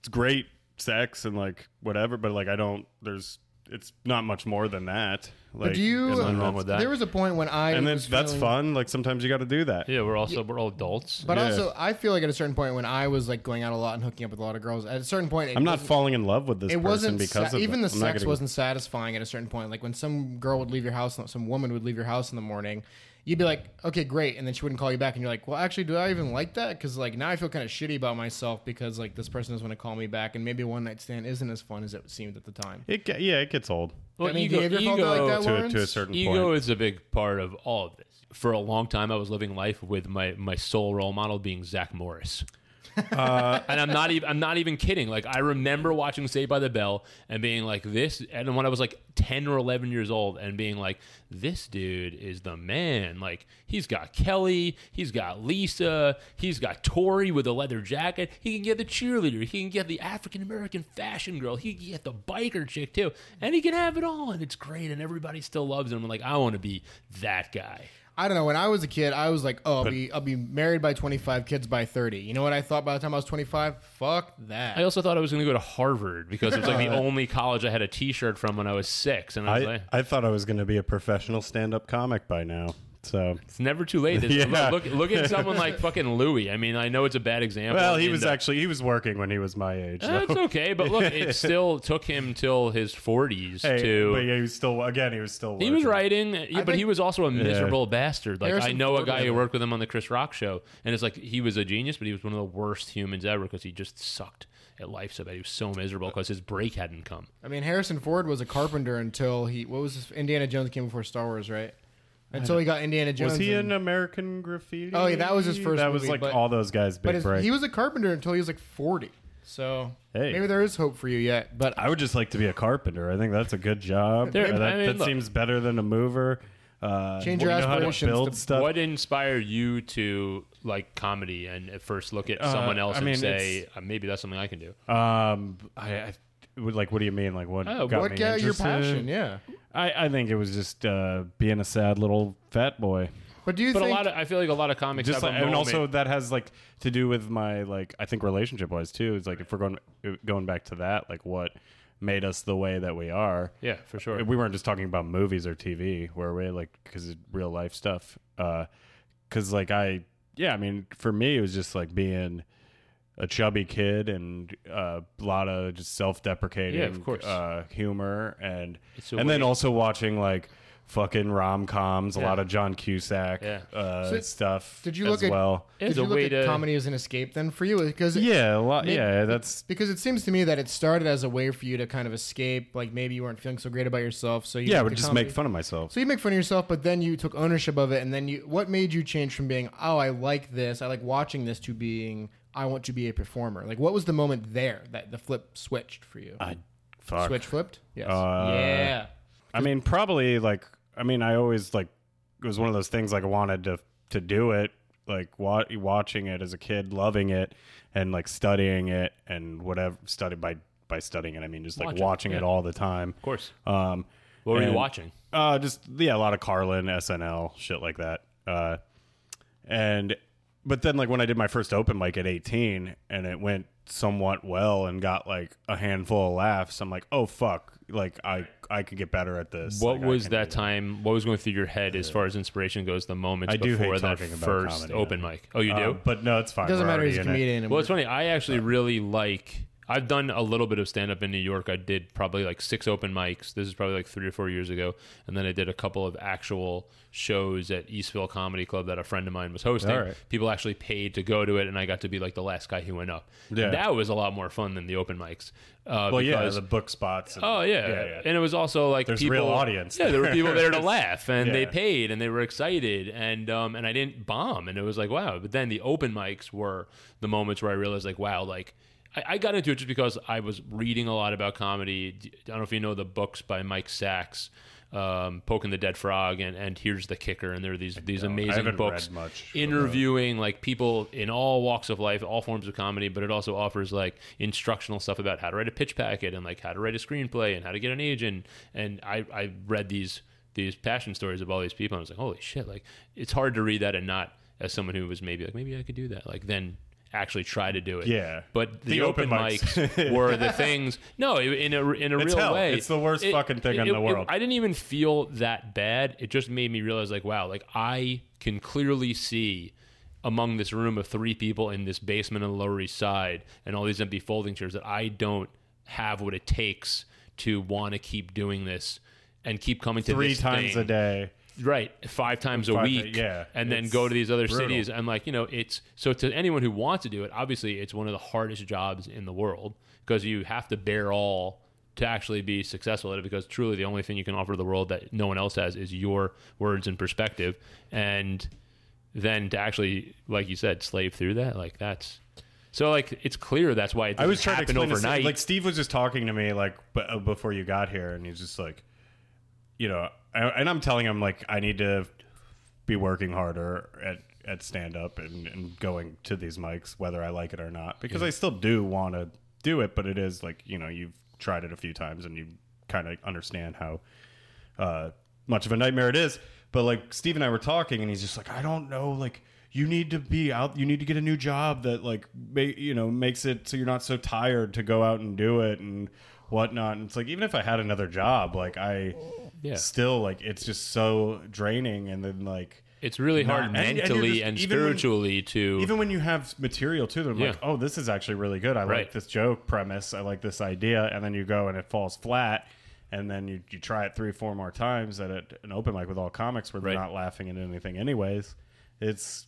A: it's great sex and like whatever, but like I don't. There's it's not much more than that. Like,
B: do you
A: and then
C: Nothing wrong with that.
B: there was a point when I
A: and then
B: was
A: that's
B: feeling-
A: fun. Like sometimes you got to do that.
C: Yeah, we're also we're all adults.
B: But
A: Yeah.
B: also, I feel like at a certain point when I was like going out a lot and hooking up with a lot of girls, at a certain point, it
A: I'm not
B: wasn't-
A: falling in love with this
B: it
A: person
B: wasn't
A: because
B: sa-
A: of
B: even
A: it.
B: the
A: I'm not
B: sex
A: getting-
B: wasn't satisfying at a certain point. Like when some girl would leave your house, some woman would leave your house in the morning, you'd be like, "Okay, great," and then she wouldn't call you back, and you're like, "Well, actually, do I even like that?" Because like now I feel kind of shitty about myself because like this person doesn't want to call me back, and maybe a one night stand isn't as fun as it seemed at the time.
A: It ge- yeah, it gets old
C: Well,
B: I mean, do you ever felt like that,
A: to a,
B: Lawrence?
A: to a certain
C: ego
A: point.
C: is a big part of all of this. For a long time, I was living life with my my sole role model being Zach Morris. and I'm not even I'm not even kidding. Like I remember watching Saved by the Bell and being like this and when I was like 10 or 11 years old and being like this dude is the man. Like he's got Kelly, he's got Lisa, he's got Tori with a leather jacket. He can get the cheerleader, he can get the African American fashion girl, he can get the biker chick too. And he can have it all and it's great and everybody still loves him. I'm like I want to be that guy.
B: I don't know. When I was a kid, I was like, "Oh, I'll be I'll be married by 25, kids by 30." You know what I thought by the time I was 25? Fuck that.
C: I also thought I was going to go to Harvard because it was like the only college I had a T-shirt from when I was six, and I was
A: I,
C: like,
A: I thought I was going to be a professional stand-up comic by now. So
C: It's never too late. This-
A: Yeah.
C: look, look at someone like fucking Louis. I mean, I know it's a bad example.
A: well, he
C: and,
A: was
C: uh,
A: actually he was working when he was my age. So.
C: That's okay, but look, it still took him till his forties
A: Hey,
C: to.
A: but yeah, he was still again. He was still.
C: he was
A: working.
C: writing, yeah, but he
B: think-
C: was also a miserable bastard. Like
B: Harrison
C: I know a
B: Ford
C: guy
B: did
C: who
B: it.
C: worked with him on the Chris Rock show, and it's like he was a genius, but he was one of the worst humans ever because he just sucked at life so bad. He was so miserable because his break hadn't come.
B: I mean, Harrison Ford was a carpenter until he what was this? Indiana Jones came before Star Wars, right? Until he got Indiana Jones.
A: Was he
B: and-
A: in American Graffiti?
B: Oh, yeah, that was his first
A: That was
B: movie,
A: like
B: but-
A: all those guys'
B: But
A: big
B: his-
A: break.
B: he was a carpenter until he was like 40. So
A: Hey.
B: maybe there is hope for you yet. But
A: I would just like to be a carpenter. I think that's a good job.
C: There-
A: Uh, that
C: I mean,
A: that
C: look.
A: seems better than a mover. Uh,
B: Change your
A: know how to
B: aspirations
A: build
B: to-
A: stuff.
C: What inspired you to like comedy and at first look at
A: Uh,
C: someone else
A: I mean,
C: and say,
A: it's-
C: "Uh, maybe that's something I can do?
A: Um, I, I would like. What do you mean? Like what?
C: Oh,
A: got
B: what
A: me
B: got your
A: interested?
B: passion? Yeah.
A: I, I think it was just uh, being a sad little fat boy.
B: But do you
C: But
B: think
C: a lot of I feel like a lot of comics
A: Just like,
C: have a
A: and
C: moment.
A: also that has like to do with my like I think relationship wise too. It's like if we're going uh, going back to that, like what made us the way that we are.
C: yeah, for sure.
A: We weren't just talking about movies or TV, were we? Like because real life stuff. Because like I yeah, I mean for me it was just like being a chubby kid and uh, a lot of just self-deprecating
C: Yeah, of course.
A: Uh, humor and
C: It's a
A: and then
C: way-
A: also watching like fucking rom-coms a lot of john cusack
C: Yeah.
A: uh,
B: So,
A: stuff
B: did you
A: as
B: look at-
A: well
C: It's
B: did you
C: a
B: look
C: way
B: at
C: to-
B: comedy as an escape then for you? Because
A: yeah a lot
B: Maybe-
A: yeah that's
B: because it seems to me that it started as a way for you to kind of escape. Like maybe you weren't feeling so great about yourself, so you
A: yeah i
B: took
A: would
B: to
A: just
B: comedy.
A: make fun of myself
B: So you make fun of yourself, but then you took ownership of it, and then you. What made you change from being, oh, I like this, I like watching this, to being, I want to be a performer? Like, what was the moment there that the flip switched for you?
A: i fuck
B: Switch flipped? Yes.
A: Uh,
B: yeah.
A: I mean, probably like I mean, I always like it was one of those things like I wanted to to do it, like wa- watching it as a kid, loving it, and like studying it and whatever. Studied by by studying it, I mean just like
C: Watch it,
A: watching it,
C: yeah.
A: all the time.
C: of course.
A: Um,
C: What were you
A: and-
C: watching?
A: uh, just yeah, a lot of Carlin, SNL, shit like that. Uh, and but then like when I did my first open mic at 18, and it went somewhat well and got like a handful of laughs. I'm like, oh fuck, like I I could get better at this.
C: What
A: Like, I
C: was
A: can
C: that
A: do
C: time? What was going through your head as far as inspiration goes? The moments
A: I do hate
C: before that
A: talking about
C: first
A: comedy,
C: open mic. Oh, you
A: that.
C: do?
A: Uh, but no, it's fine.
B: It
A: We're
B: doesn't matter.
A: already
B: He's a
A: in it.
B: comedian. and
C: Well,
B: we're-
C: it's funny. I actually really like. I've done a little bit of stand up in New York. I did probably like six open mics. This is probably like three or four years ago, and then I did a couple of actual shows at Eastville Comedy Club that a friend of mine was hosting.
A: All right.
C: People actually paid to go to it, and I got to be like the last guy who went up.
A: Yeah.
C: That was a lot more fun than the open mics. Uh,
A: Well, yeah,
C: because-
A: the book spots. and-
C: Oh yeah. and it was also like
A: There's
C: people,
A: real audience
C: Yeah, there were
A: there.
C: people there to laugh, and they
A: Yeah.
C: paid, and they were excited, and um, and I didn't bomb, and it was like wow. But then the open mics were the moments where I realized like wow, like I, I got into it just because I was reading a lot about comedy. D- I don't know if you know the books by Mike Sachs. Um, poking the dead frog and, and here's the kicker and there are these these
A: don't- I
C: amazing
A: haven't
C: books
A: read much of
C: interviewing like people in all walks of life, all forms of comedy, but it also offers like instructional stuff about how to write a pitch packet and like how to write a screenplay and how to get an agent. And I, I read these these passion stories of all these people and I was like, holy shit, like it's hard to read that and not as someone who was maybe like, maybe I could do that. Like then actually try to do it.
A: Yeah.
C: But the,
A: The
C: open,
A: open
C: mics,
A: mics.
C: were the things. No, it- in a in a
A: It's
C: real
A: hell.
C: way.
A: It's the worst fucking thing in the world.
C: I didn't even feel that bad. It just made me realize, like, wow, like I can clearly see among this room of three people in this basement on the Lower East Side and all these empty folding chairs that I don't have what it takes to want to keep doing this and keep coming to
A: three
C: this
A: times
C: thing
A: a day.
C: right five times a
A: Five-
C: week
A: yeah,
C: and then
A: it's
C: go to these other
A: brutal.
C: cities i'm like you know it's so to anyone who wants to do it obviously it's one of the hardest jobs in the world because you have to bear all to actually be successful at it because truly the only thing you can offer the world that no one else has is your words and perspective and then to actually like you said slave through that like that's so like it's clear that's why it doesn't
A: I was trying to
C: happen
A: explain this-
C: overnight
A: Like Steve was just talking to me like b- uh, before you got here, and he's just like, you know, I, and I'm telling him like I need to be working harder at at stand up and, and going to these mics, whether I like it or not, because I still do want to do it, but it is like you know you've tried it a few times and you kind of understand how uh, much of a nightmare it is. But like Steve and I were talking, and he's just like, I don't know, like you need to be out, you need to get a new job that like ma- you know makes it so you're not so tired to go out and do it and whatnot. And it's like even if I had another job, like I
C: Yeah.
A: still like it's just so draining, and then like.
C: it's really
A: Nah,
C: hard
A: and- and you're
C: mentally
A: just-
C: and,
A: even when-
C: spiritually to
A: Even when you have material to them, like,
C: Yeah.
A: oh, this is actually really good. I
C: Right.
A: like this joke premise. I like this idea. And then you go and it falls flat. And then you, you try it three, four more times at a, an open mic with all comics where they're
C: Right.
A: not laughing at anything, anyways. It's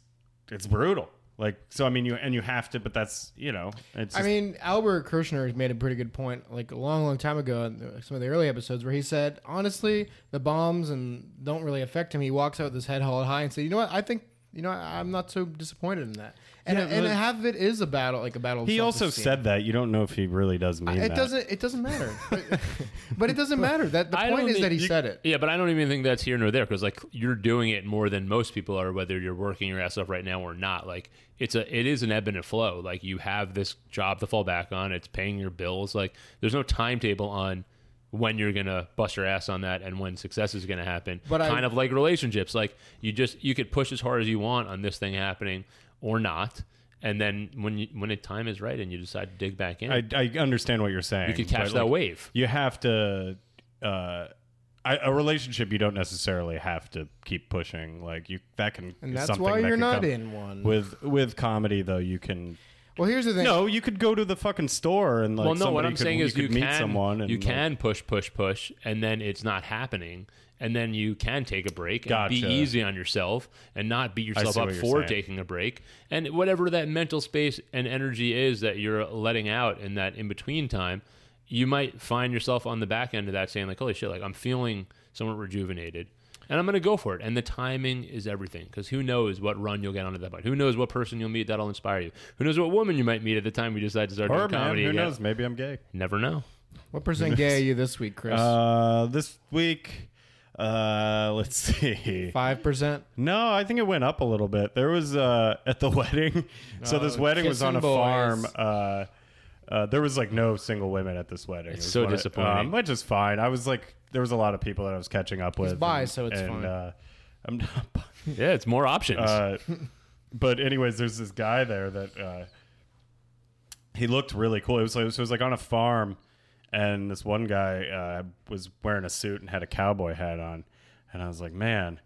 A: it's brutal. Like so, I mean, you and you have to, but that's you know, it's.
B: I
A: just-
B: mean, Albert Kirshner has made a pretty good point, like a long, long time ago in the- some of the early episodes, where he said, honestly, the bombs and don't really affect him. He walks out with his head held high and said, you know what? I think, you know, I'm not so disappointed in that. And,
A: Yeah,
B: and
A: but-
B: half of it is a battle, like a battle. of
A: he also
B: self-esteem.
A: said that you don't know if he really does mean
B: it
A: that.
B: doesn't. It doesn't matter. but, but it doesn't matter. That the
C: I
B: point
C: don't
B: is
C: think
B: that he
C: you-
B: said it.
C: Yeah, but I don't even think that's here nor there because like you're doing it more than most people are, whether you're working your ass off right now or not. Like it's a it is an ebb and a flow. Like you have this job to fall back on. It's paying your bills. Like there's no timetable on when you're gonna bust your ass on that and when success is gonna happen.
B: But I-
C: kind of like relationships. Like you just you could push as hard as you want on this thing happening or not. And then when you, when the time is right and you decide to dig back in,
A: I, I understand what you're saying.
C: you could catch
A: but,
C: that
A: like,
C: wave.
A: you have to uh I, a relationship you don't necessarily have to keep pushing like you that can
B: And that's
A: something
B: why
A: that
B: you're
A: can
B: not
A: come-
B: in one.
A: with with comedy though you can
B: well, here's the thing.
A: no you could go to the fucking store and like
C: well, no. What
A: somebody
C: I'm
A: could-
C: saying
A: you
C: is
A: could
C: you
A: meet
C: can
A: someone and
C: you
A: like,
C: can push, push, push, and then it's not happening, and then you can take a break and be
A: Gotcha.
C: easy on yourself and not beat yourself
A: see
C: up
A: what you're
C: for
A: saying.
C: taking a break, and whatever that mental space and energy is that you're letting out in that in between time, you might find yourself on the back end of that saying like, "Holy shit! Like I'm feeling somewhat rejuvenated." And I'm going to go for it. And the timing is everything because who knows what run you'll get on at that point? Who knows what person you'll meet that'll inspire you? Who knows what woman you might meet at the time you decide to start
A: or
C: doing
A: man,
C: comedy?
A: who
C: again?
A: knows maybe i'm gay
C: Never know.
B: What percent gay are you this week, Chris?
A: uh this week uh let's see
B: Five percent.
A: No, I think it went up a little bit. There was uh, at the wedding. so this wedding was on a
B: Uh, kissing boys.
A: farm. Uh, uh, there was like no single women at this wedding. It's
C: so disappointing.
A: um, which is fine. I was like, there was a lot of people that I was catching up with.
B: bi, so it's
A: and,
B: fine.
A: Uh, I'm not. bi.
C: Yeah, it's more options.
A: Uh, but anyways, there's this guy there that uh, he looked really cool. It was like, so it was like on a farm, and this one guy uh, was wearing a suit and had a cowboy hat on, and I was like, man,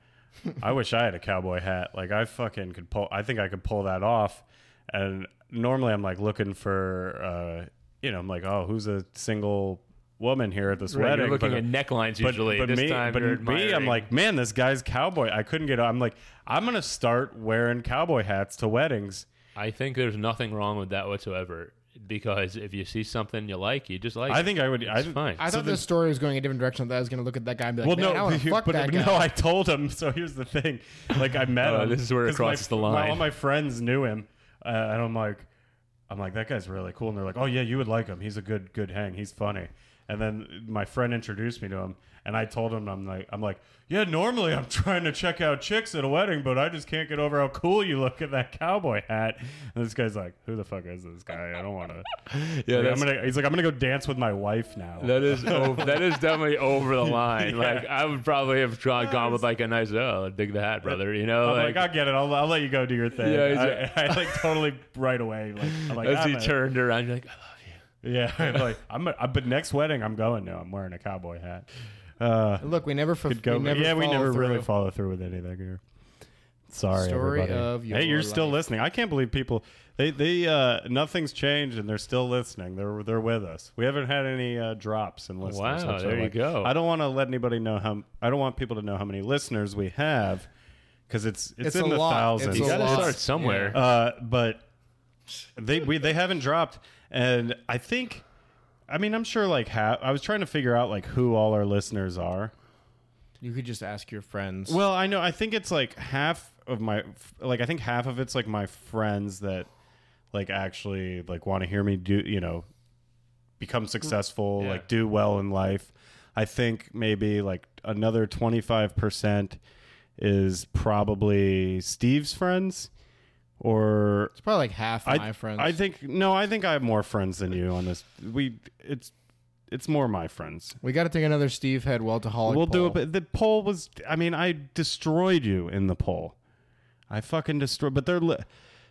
A: I wish I had a cowboy hat. Like I fucking could pull. I think I could pull that off. And normally I'm like looking for. Uh, you know, I'm like, oh, who's a single woman here at this
C: Right,
A: wedding?
C: you're looking
A: But-
C: at necklines
A: but,
C: usually.
A: but
C: this
A: me,
C: time
A: but me,
C: you're
A: I'm
C: admiring-
A: like, man, this guy's cowboy. I couldn't get. I'm like, I'm gonna start wearing cowboy hats to weddings.
C: I think there's nothing wrong with that whatsoever. Because if you see something you like, you just like.
A: I
C: it.
A: think I would. I,
C: it's fine.
B: I thought this story was going a different direction. That I was going to look at that guy and be like,
A: well,
B: "Man, I
A: no,
B: want to fuck
A: but,
B: that guy."
A: no, I told him. So here's the thing: like, I met
C: Oh,
A: him.
C: this is where it
A: 'cause my-
C: crosses the
A: my-
C: line.
A: all my friends knew him, uh, and I'm like, I'm like, that guy's really cool, and they're like, oh yeah, you would like him. He's a good, good hang. He's funny. And then my friend introduced me to him, and I told him, I'm like, I'm like, yeah, normally I'm trying to check out chicks at a wedding, but I just can't get over how cool you look in that cowboy hat. And this guy's like, who the fuck is this guy? I don't want to.
C: yeah,
A: I'm gonna. He's like, I'm gonna go dance with my wife now.
C: That is over, that is definitely over the line.
A: Yeah.
C: Like I would probably have drawn, gone with like a nice oh dig the hat, brother. You know,
A: I'm like,
C: like,
A: I'll get it. I'll, I'll let you go do your thing.
C: Yeah,
A: Yeah,
C: he's-
A: I, I like totally right away. Like, I'm like,
C: as
A: I'm
C: he
A: a-
C: turned around, you're like, "Oh, I love you.
A: yeah, I'm like I'm. A, I, but next wedding, I'm going now. I'm wearing a cowboy hat. Uh,
B: Look, we never fulf-
A: could go.
B: we never
A: yeah, we
B: follow
A: never
B: through.
A: really follow through with anything here. Sorry,
B: Story
A: everybody.
B: of your
A: hey, you're still
B: life.
A: listening. I can't believe people. They they uh, nothing's changed and they're still listening. They're they're with us. We haven't had any uh, drops in listeners.
C: Wow,
A: which I
C: there you
A: like.
C: go.
A: I don't want to let anybody know how. I don't want people to know how many listeners we have because it's, it's
B: It's
A: in
B: a
A: the
B: lot.
A: thousands.
B: It's
C: You
B: a
C: gotta
B: lot.
C: start somewhere.
A: Uh, but they we they haven't dropped, and I think, I mean, I'm sure like ha- I was trying to figure out like who all our listeners are.
B: You could just ask your friends.
A: Well, I know I think it's like half of my like I think half of it's like my friends that like actually like want to hear me do you know become successful
C: Yeah.
A: like do well in life. I think maybe like another twenty five percent is probably Steve's friends or
B: it's probably like half of my friends.
A: I think no, I think I have more friends than you on this. We it's it's more my friends.
B: we got to take another Steve head Weltaholic.
A: we'll do
B: poll.
A: it, but the poll was. I mean, I destroyed you in the poll. I fucking destroyed. But they're li-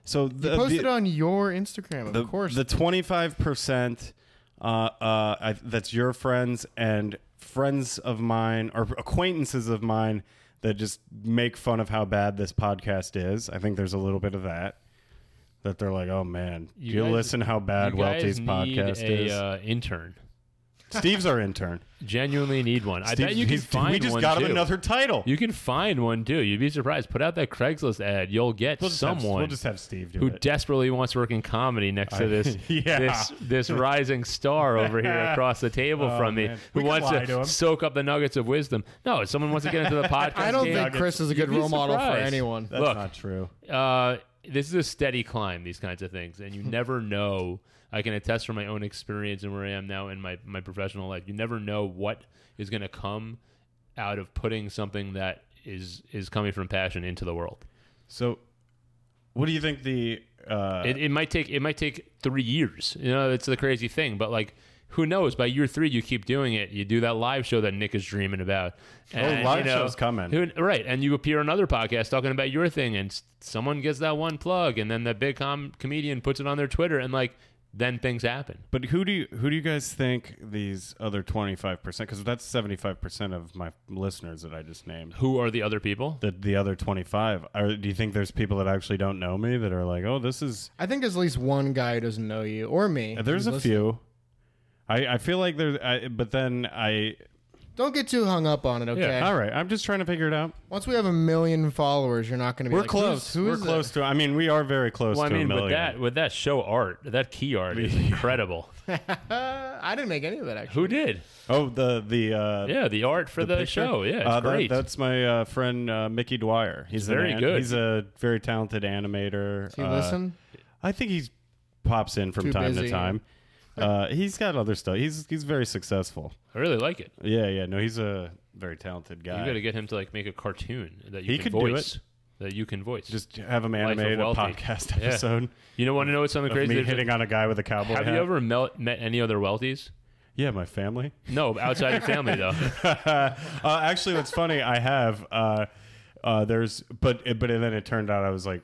A: so the
B: You posted
A: the,
B: on your Instagram, of
A: the,
B: course.
A: the twenty five percent. Uh, uh, I, that's your friends and friends of mine or acquaintances of mine that just make fun of how bad this podcast is. I think there's a little bit of that. That they're like, oh man,
C: You
A: do you
C: guys-
A: listen how bad
C: you guys
A: Welty's
C: need
A: podcast
C: a,
A: is?
C: Uh, intern.
A: Steve's our intern.
C: Genuinely need one. I bet
A: Steve-
C: you can
A: he's-
C: find
A: We just
C: one
A: got
C: too.
A: him another title.
C: You can find one too. You'd be surprised. Put out that Craigslist ad. You'll get
A: we'll just have-
C: someone
A: we'll just have Steve do
C: who
A: it.
C: desperately wants to work in comedy next to this
A: yeah.
C: this this rising star over here across the table
A: Oh,
C: from me
A: man.
C: who
A: We can
C: wants
A: lie
C: to,
A: to him.
C: soak up the nuggets of wisdom. No, someone wants to get into the podcast.
B: I don't
C: game.
B: think Chris is a good
C: You'd be
B: role model for
C: surprised.
B: anyone.
A: That's
C: Look.
A: not true.
C: uh, this is a steady climb. These kinds of things, and you never know. I can attest from my own experience and where I am now in my my professional life. You never know what is going to come out of putting something that is is coming from passion into the world.
A: So, what do you think the? Uh,
C: it, it might take it might take three years. You know, it's the crazy thing. But like, who knows? By year three, you keep doing it. You do that live show that Nick is dreaming about. And,
A: oh, live
C: you know,
A: show's coming.
C: who- right? And you appear on other podcasts talking about your thing, and s- someone gets that one plug, and then the big com- comedian puts it on their Twitter, and like, then things happen.
A: but who do you who do you guys think these other twenty five percent? Because that's seventy five percent of my listeners that I just named.
C: Who are the other people?
A: The the other twenty five. Do you think there's people that actually don't know me that are like, oh, this is?
B: I think there's at least one guy who doesn't know you or me.
A: There's
B: Who's
A: a
B: listening.
A: few. I, I feel like there's, I, but then I.
B: Don't get too hung up on it, okay?
A: All right, I'm just trying to figure it out.
B: Once we have a million followers, you're not going to be.
A: We're
B: like,
A: close.
B: Who's, who
A: We're
B: is it?"
A: close to. I mean, we are very close
C: Well, I
A: to a
C: mean,
A: million.
C: with that with that show art, that key art is incredible.
B: Uh, I didn't make any of that actually.
C: who did?
A: Oh, the the uh,
C: Yeah, the art for the,
A: picture?
C: show. Yeah, it's
A: Uh, that-
C: great.
A: that's my uh, friend uh, Mickey Dwyer. He's an
C: very good.
A: He's a very talented animator.
B: Do you
A: Uh,
B: listen?
A: I think he pops in from
B: Too
A: time to
B: busy.
A: time. Uh, he's got other stuff. He's he's very successful.
C: I really like it.
A: Yeah, yeah. No, he's a very talented guy.
C: You got to get him to like make a cartoon that you
A: He
C: can
A: could do
C: voice. That you can voice. Just
A: just have him
C: of
A: animate a
C: Wealthy.
A: podcast
C: Yeah.
A: episode
C: you know, want to know what's something
A: of
C: crazy?
A: me
C: There's a-
A: hitting on a guy with a cowboy
C: have
A: hat.
C: you ever met, met any other wealthies?
A: Yeah, my family.
C: No, outside your family though.
A: uh, actually, what's funny, I have. Uh, uh, there's, but but then it turned out I was like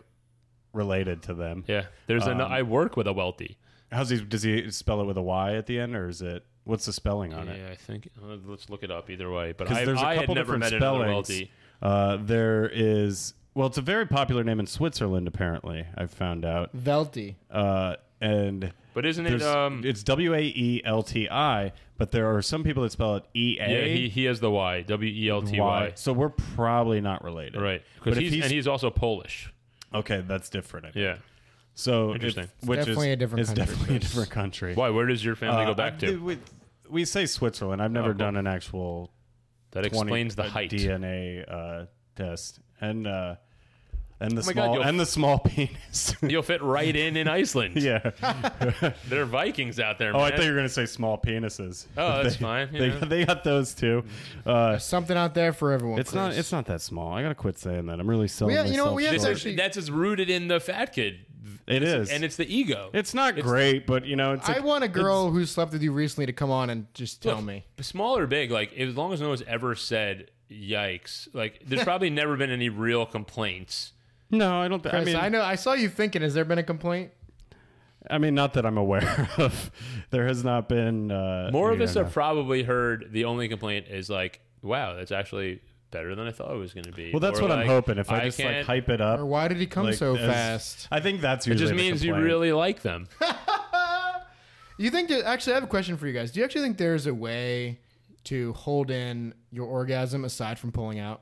A: related to them.
C: Yeah, there's
A: Um,
C: an. I work with a wealthy.
A: How's he? Does he spell it with a Y at the end, or is it? What's the spelling on it?
C: Yeah, I think uh, let's look it up either way. But I,
A: Because there's a
C: I had
A: couple
C: never
A: different
C: met another
A: spellings.
C: wealthy.
A: Uh, there is. Well, it's a very popular name in Switzerland. Apparently, I've found out.
B: Velty.
A: Uh, and
C: But isn't it?
A: there's-
C: Um,
A: it's W A E L T I, but there are some people that spell it E A.
C: yeah, he, he has the Y. W E L T Y.
A: So we're probably not related,
C: Right.
A: But
C: Because
A: if
C: he's,
A: he's-
C: and he's also Polish.
A: Okay, that's different. I think.
C: Yeah.
A: So if-
C: Interesting.
A: which
B: definitely
A: is,
B: a different
A: it's
B: country,
A: definitely a
B: Chris.
A: different country.
C: Why? Where does your family
A: Uh,
C: go back
A: I-
C: to?
A: We, we say Switzerland. I've never
C: Oh, cool.
A: done an actual
C: That
A: 20
C: explains the
A: uh,
C: height.
A: DNA uh, test and uh, and the
C: Oh my God,
A: small
C: you'll-
A: and the small penis.
C: You'll fit right in in Iceland.
A: yeah.
C: They're Vikings out there,
A: Oh, I
C: man.
A: thought you were gonna say small penises.
C: Oh, that's fine,
A: They,
C: yeah.
A: they got those too. Uh,
B: Something out there for everyone.
A: it's not it's not that small. I gotta quit saying that. I'm really selling
B: Well, yeah,
A: myself
B: you know what, we had
A: short.
C: This
B: It's
C: is-
B: actually-
C: that's as rooted in the fat kid.
A: It
C: It's-
A: is.
C: and it's the ego.
A: It's not great, but you know, it's
B: I
A: like,
B: want a girl who slept with you recently to come on and just tell
C: Look,
B: me.
C: small or big. Like as long as no one's ever said "yikes," like there's probably never been any real complaints.
A: no, I don't. th- I
B: Chris,
A: mean,
B: I know. I saw you thinking. Has there been a complaint?
A: I mean, not that I'm aware of. There has not been uh,
C: More of
A: you
C: us
A: know.
C: have probably heard the only complaint is like, "Wow, that's actually better than I thought it was going to be."
A: Well, that's
C: Or,
A: what I'm
C: like,
A: hoping. If I, just like
C: can't-
A: hype it
B: Or
A: up,
B: why did he come
A: like,
B: so
A: as-
B: fast?
A: I think that's
C: it
A: usually
C: just
A: the
C: means you
A: complaint.
C: really like them.
B: You think that actually? I have a question for you guys. Do you actually think there's a way to hold in your orgasm aside from pulling out?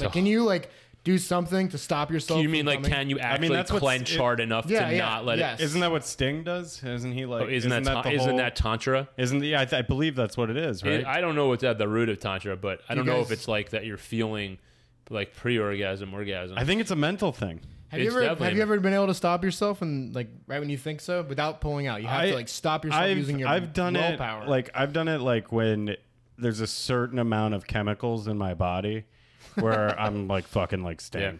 B: Like,
C: Ugh.
B: can you like do something to stop yourself?
C: you
B: from
C: mean like
B: coming?
C: can you actually
A: mean, that's what's-
C: clench
A: it-
C: hard enough
B: Yeah,
C: to
B: yeah,
C: not let
B: yes.
C: it?
A: Isn't that what Sting does? Isn't he like?
C: Oh, Isn't, that,
A: the
C: ta- isn't
A: whole-
C: that tantra?
A: Isn't yeah? I, th- I believe that's what it is, right?
C: It- I don't know what's at the root of tantra, but I
B: You
C: don't know if
B: guys-
C: it's like that you're feeling like pre-orgasm, orgasm.
A: I think it's a mental thing.
B: Have you
C: It's
B: ever
C: definitely-
B: have you ever been able to stop yourself and like right when you think so without pulling out? You have
A: I-
B: to like stop yourself
A: I've,
B: using your
A: I've done it
B: willpower.
A: like I've done it like when there's a certain amount of chemicals in my body where I'm like fucking like Sting,
C: Yeah.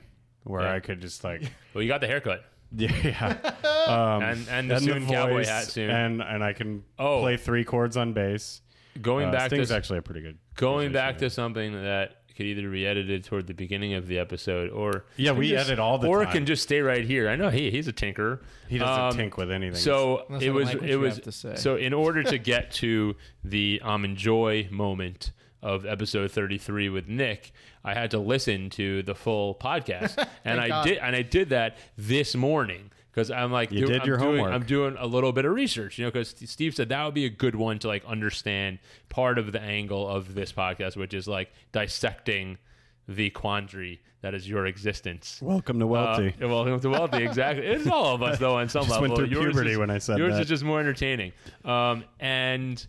A: where
C: Yeah.
A: I could just like
C: well, you got the haircut
A: yeah.
C: and and the
A: Um, and
C: soon
A: the
C: cowboy
A: voice,
C: hat soon.
A: and and I can
C: Oh.
A: play three chords on bass.
C: going
A: Uh,
C: back
A: Sting's
C: to
A: actually a pretty good.
C: going back
A: musician.
C: to something that could either be edited toward the beginning of the episode or
A: Yeah,
C: can
A: we edit all the
C: or it
A: time.
C: can just stay right here. I know he he's a tinker.
A: he doesn't
C: Um,
A: tink with anything.
C: So
B: Unless
C: it
B: I
C: was
B: like what
C: it
B: you
C: was
B: have to say.
C: so in order to get to the um enjoy moment of episode 33 with Nick, I had to listen to the full podcast and I
B: God.
C: did and I did that this morning because I'm like
A: You
C: do-
A: did
C: I'm
A: your
C: doing,
A: homework.
C: I'm doing a little bit of research, you know, because Steve said that would be a good one to like understand part of the angle of this podcast, which is like dissecting the quandary that is your existence.
A: welcome to
C: Uh,
A: Welty.
C: well, the wealthy, exactly. It's all of us though, on some
A: Just
C: level.
A: went through
C: Yours
A: puberty
C: is-
A: when I said
C: yours
A: that.
C: is just more entertaining. Um, and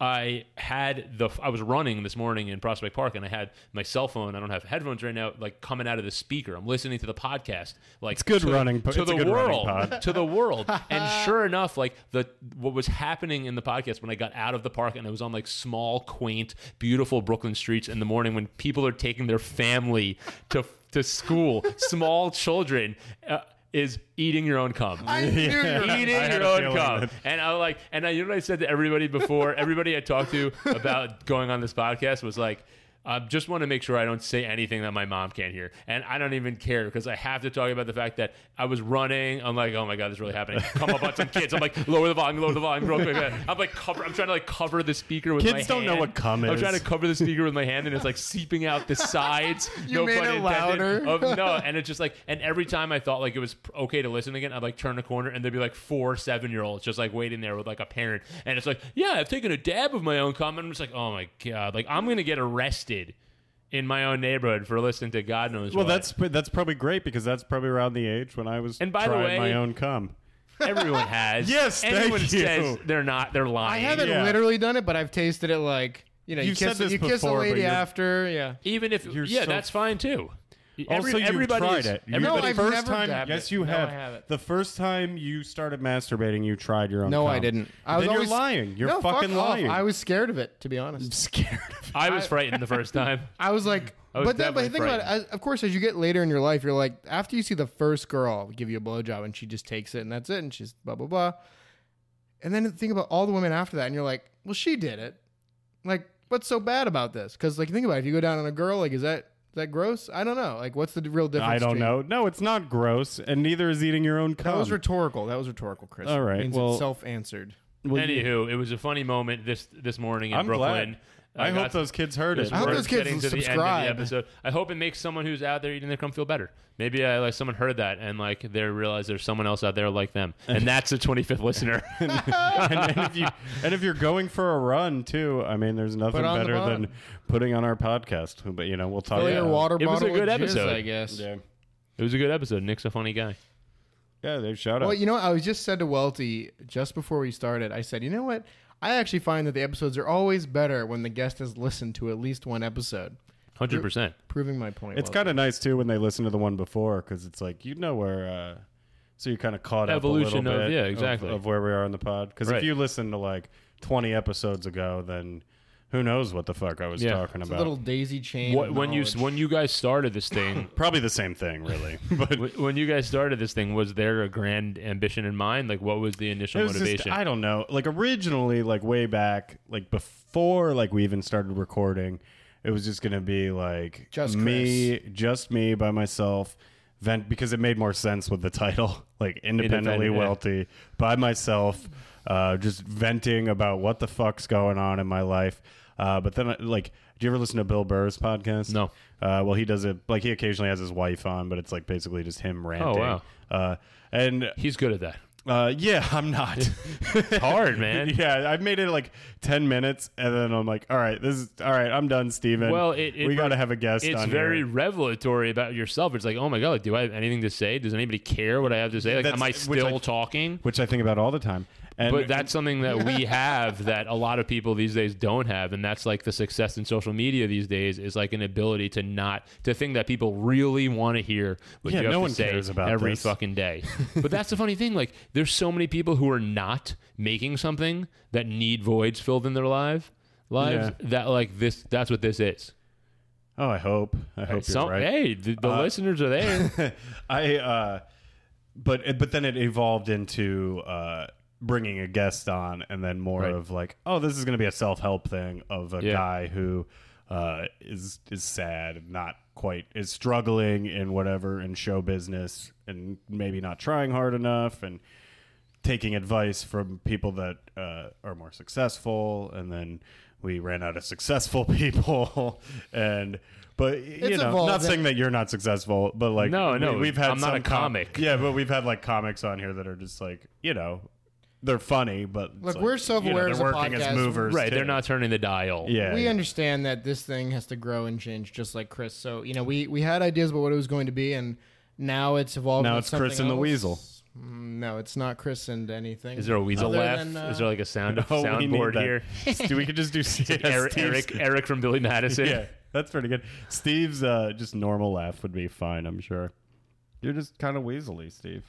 C: I had the I was running this morning in Prospect Park, and I had my cell phone. I don't have headphones right now, like coming out of the speaker. I'm listening to the podcast. Like it's
A: good running po-
C: to
A: it's a
C: the
A: good running
C: world,
A: pod.
C: to the world. And sure enough, like the what was happening in the podcast when I got out of the park and I was on like small, quaint, beautiful Brooklyn streets in the morning when people are taking their family to to school, small children. Uh, is eating your own cum
B: I knew you were gonna
C: eating
A: I had
C: your
A: a
C: own
A: feeling
C: cum.
A: that-
C: And I was like, and I, you know what I said to everybody before, everybody I talked to about going on this podcast was like, I just want to make sure I don't say anything that my mom can't hear. And I don't even care because I have to talk about the fact that I was running. I'm like, oh my God, this is really happening. Come up on some kids. I'm like, lower the volume, lower the volume, real quick. I'm like, cover, I'm trying to like cover the speaker with
A: Kids
C: my
A: don't know
C: hand.
A: what cum
C: I'm
A: is.
C: trying to cover the speaker with my hand and it's like seeping out the sides.
B: You made
C: pun
B: it
C: intended,
B: louder.
C: Of, no, and it's just like, and every time I thought like it was pr- okay to listen again, I'd like turn a corner and there'd be like four seven year olds just like waiting there with like a parent. And it's like, yeah, I've taken a dab of my own cum. And I'm just like, oh my God, like I'm going to get arrested in my own neighborhood for listening to God knows
A: well,
C: what.
A: that's that's probably great because that's probably around the age when I was
C: And by the
A: trying
C: way-
A: my own cum.
C: everyone has.
A: Yes, thank
C: Anyone
A: you.
C: says they're not, they're
B: I
C: lying.
B: haven't
A: Yeah.
B: literally done it, but I've tasted it like you know you
A: You've said
B: kiss
A: this
B: you kiss a
A: before, but
B: lady
A: you're-
B: after yeah.
C: Even if,
A: You're
C: yeah,
A: so-
C: that's fine too.
A: Also,
C: Every-
A: you
C: everybody's-
A: tried it. You,
B: everybody-
A: the
B: No, I've
A: first
B: never
A: time,
B: dabbed
A: yes,
B: it.
A: you
B: No,
A: have.
B: I haven't.
A: The first time you started masturbating, you tried your own.
B: No, I
A: cum.
B: didn't. I was
A: then
B: always-
A: you're lying. You're
B: No, fuck
A: fucking
B: off.
A: lying.
B: I was scared of it to be honest.
A: scared. Of
C: I was frightened the first time.
B: I was like,
C: was
B: but then, but
C: definitely
B: think about it. As, of course, as you get later in your life, you're like, after you see the first girl give you a blowjob and she just takes it and that's it, and she's blah blah blah, and then think about all the women after that, and you're like, well, she did it. Like, what's so bad about this? Because like, think about it. If you go down on a girl, like, is that is that gross? I don't know. Like, what's the real difference?
A: I don't
B: between-
A: know. No, it's not gross, and neither is eating your own cum.
B: That was rhetorical. That was rhetorical, Chris.
A: All right,
B: Means
A: well-
B: self answered.
A: Well, you-
C: Anywho, it was a funny moment this this morning in
A: I'm
C: Brooklyn. Uh,
A: I,
C: I
A: hope
C: got-
A: those kids heard it.
C: Just
B: I hope
C: worth
B: those kids
C: getting to the end of the
B: subscribe.
C: episode. I hope it makes someone who's out there eating their crumb feel better. Maybe I, like someone heard that and like they realize there's someone else out there like them, and that's a 25th listener.
A: and, and if you and if you're going for a run too, I mean, there's nothing
B: Put on the
A: better than
B: run.
A: putting on our podcast. But you know, we'll talk.
B: Fill your
A: about Oh, it.
B: water
C: It
B: bottle.
C: was a good
B: with jizz,
C: episode.
B: I guess.
A: Yeah,
C: it was a good episode. Nick's a funny guy.
A: yeah. They shout out.
B: Well, you know, what? I was just said to Welty just before we started. I said, you know what? I actually find that the episodes are always better when the guest has listened to at least one episode,
C: Hundred percent.
B: proving my point.
A: it's
B: Welty.
A: kind of nice too when they listen to the one before because it's like you know where. uh so you're kind of caught up
C: Evolution
A: a little
C: of-
A: bit
C: yeah, exactly.
A: of, where we are in the pod because if
C: Right.
A: you listen to like 20 episodes ago then who knows what the fuck I was
C: Yeah.
A: talking
B: It's a
A: about
B: little daisy chain.
C: What,
B: of
C: when you
B: knowledge.
C: when you guys started this thing,
A: probably the same thing really but
C: w- when you guys started this thing, was there a grand ambition in mind? Like, what was the initial
A: It was just-
C: motivation?
A: I don't know. Like originally, like way back, like before, like we even started recording, it was just gonna be like
B: Just
A: me, just me by myself. Vent because it made more sense with the title, like independently
C: Independent, yeah.
A: wealthy by myself, uh, just venting about what the fuck's going on in my life. Uh, but then, like, do you ever listen to Bill Burr's podcast?
C: No.
A: Uh, well, he does it like he occasionally has his wife on, but it's like basically just him ranting.
C: Oh, wow.
A: Uh, and
C: He's good at that.
A: uh, yeah, I'm not.
C: It's hard, man.
A: Yeah, I've made it like ten minutes, and then I'm like, all right, this is all right. I'm done, Steven.
C: Well, it, it
A: we got to
C: like,
A: have a guest.
C: It's
A: on
C: very
A: here.
C: revelatory about yourself. It's like, oh my god, like, do I have anything to say? Does anybody care what I have to say? Like,
A: That's-
C: am I
A: which
C: still
A: I-
C: talking?
A: which I think about all the time. And
C: But that's something that we have that a lot of people these days don't have, and that's like the success in social media these days is like an ability to not to think that people really want to hear what
A: Yeah,
C: you have
A: no
C: to
A: one
C: say
A: cares about
C: every
A: this.
C: fucking day. but that's the funny thing. Like, there's so many people who are not making something that need voids filled in their life lives that like this. That's what this is.
A: oh, I hope I hope you're
C: Some-
A: right.
C: Hey, the, the
A: Uh,
C: listeners are there.
A: I uh but but then it evolved into uh bringing a guest on and then more
C: Right.
A: of like oh this is going to be a self-help thing of a
C: Yeah.
A: guy who uh is is sad and not quite is struggling in whatever in show business and maybe not trying hard enough and taking advice from people that uh, are more successful and then we ran out of successful people and but you
B: It's
A: know not
B: evolved.
A: saying that you're not successful but like
C: No,
A: we-
C: no,
A: We've had
C: I'm not
A: some
C: a
A: com-
C: comic.
A: yeah, but we've had like comics on here that are just like you know they're funny, but it's
B: Look,
A: like,
B: we're
A: you know,
B: self-aware
A: they're
B: as a
A: working
B: podcast.
A: as movers,
C: right,
A: too.
C: they're not turning the dial.
A: Yeah,
B: we
A: yeah.
B: understand that this thing has to grow and change, just like Chris. So you know, we we had ideas about what it was going to be, and now it's evolved.
A: Now
B: into
A: it's Chris and
B: something
A: the
B: else.
A: Weasel.
B: Mm, No, it's not Chris and anything.
C: Is there a weasel
B: Other
C: laugh?
B: than, uh,
C: Is there like a sound
A: Oh, we need
C: soundboard
A: that.
C: here?
A: Stu- we could just do CS
C: Eric, Eric, Eric from Billy Madison.
A: Yeah, that's pretty good. Steve's uh, just normal laugh would be fine, I'm sure. You're just kind of weaselly, Steve.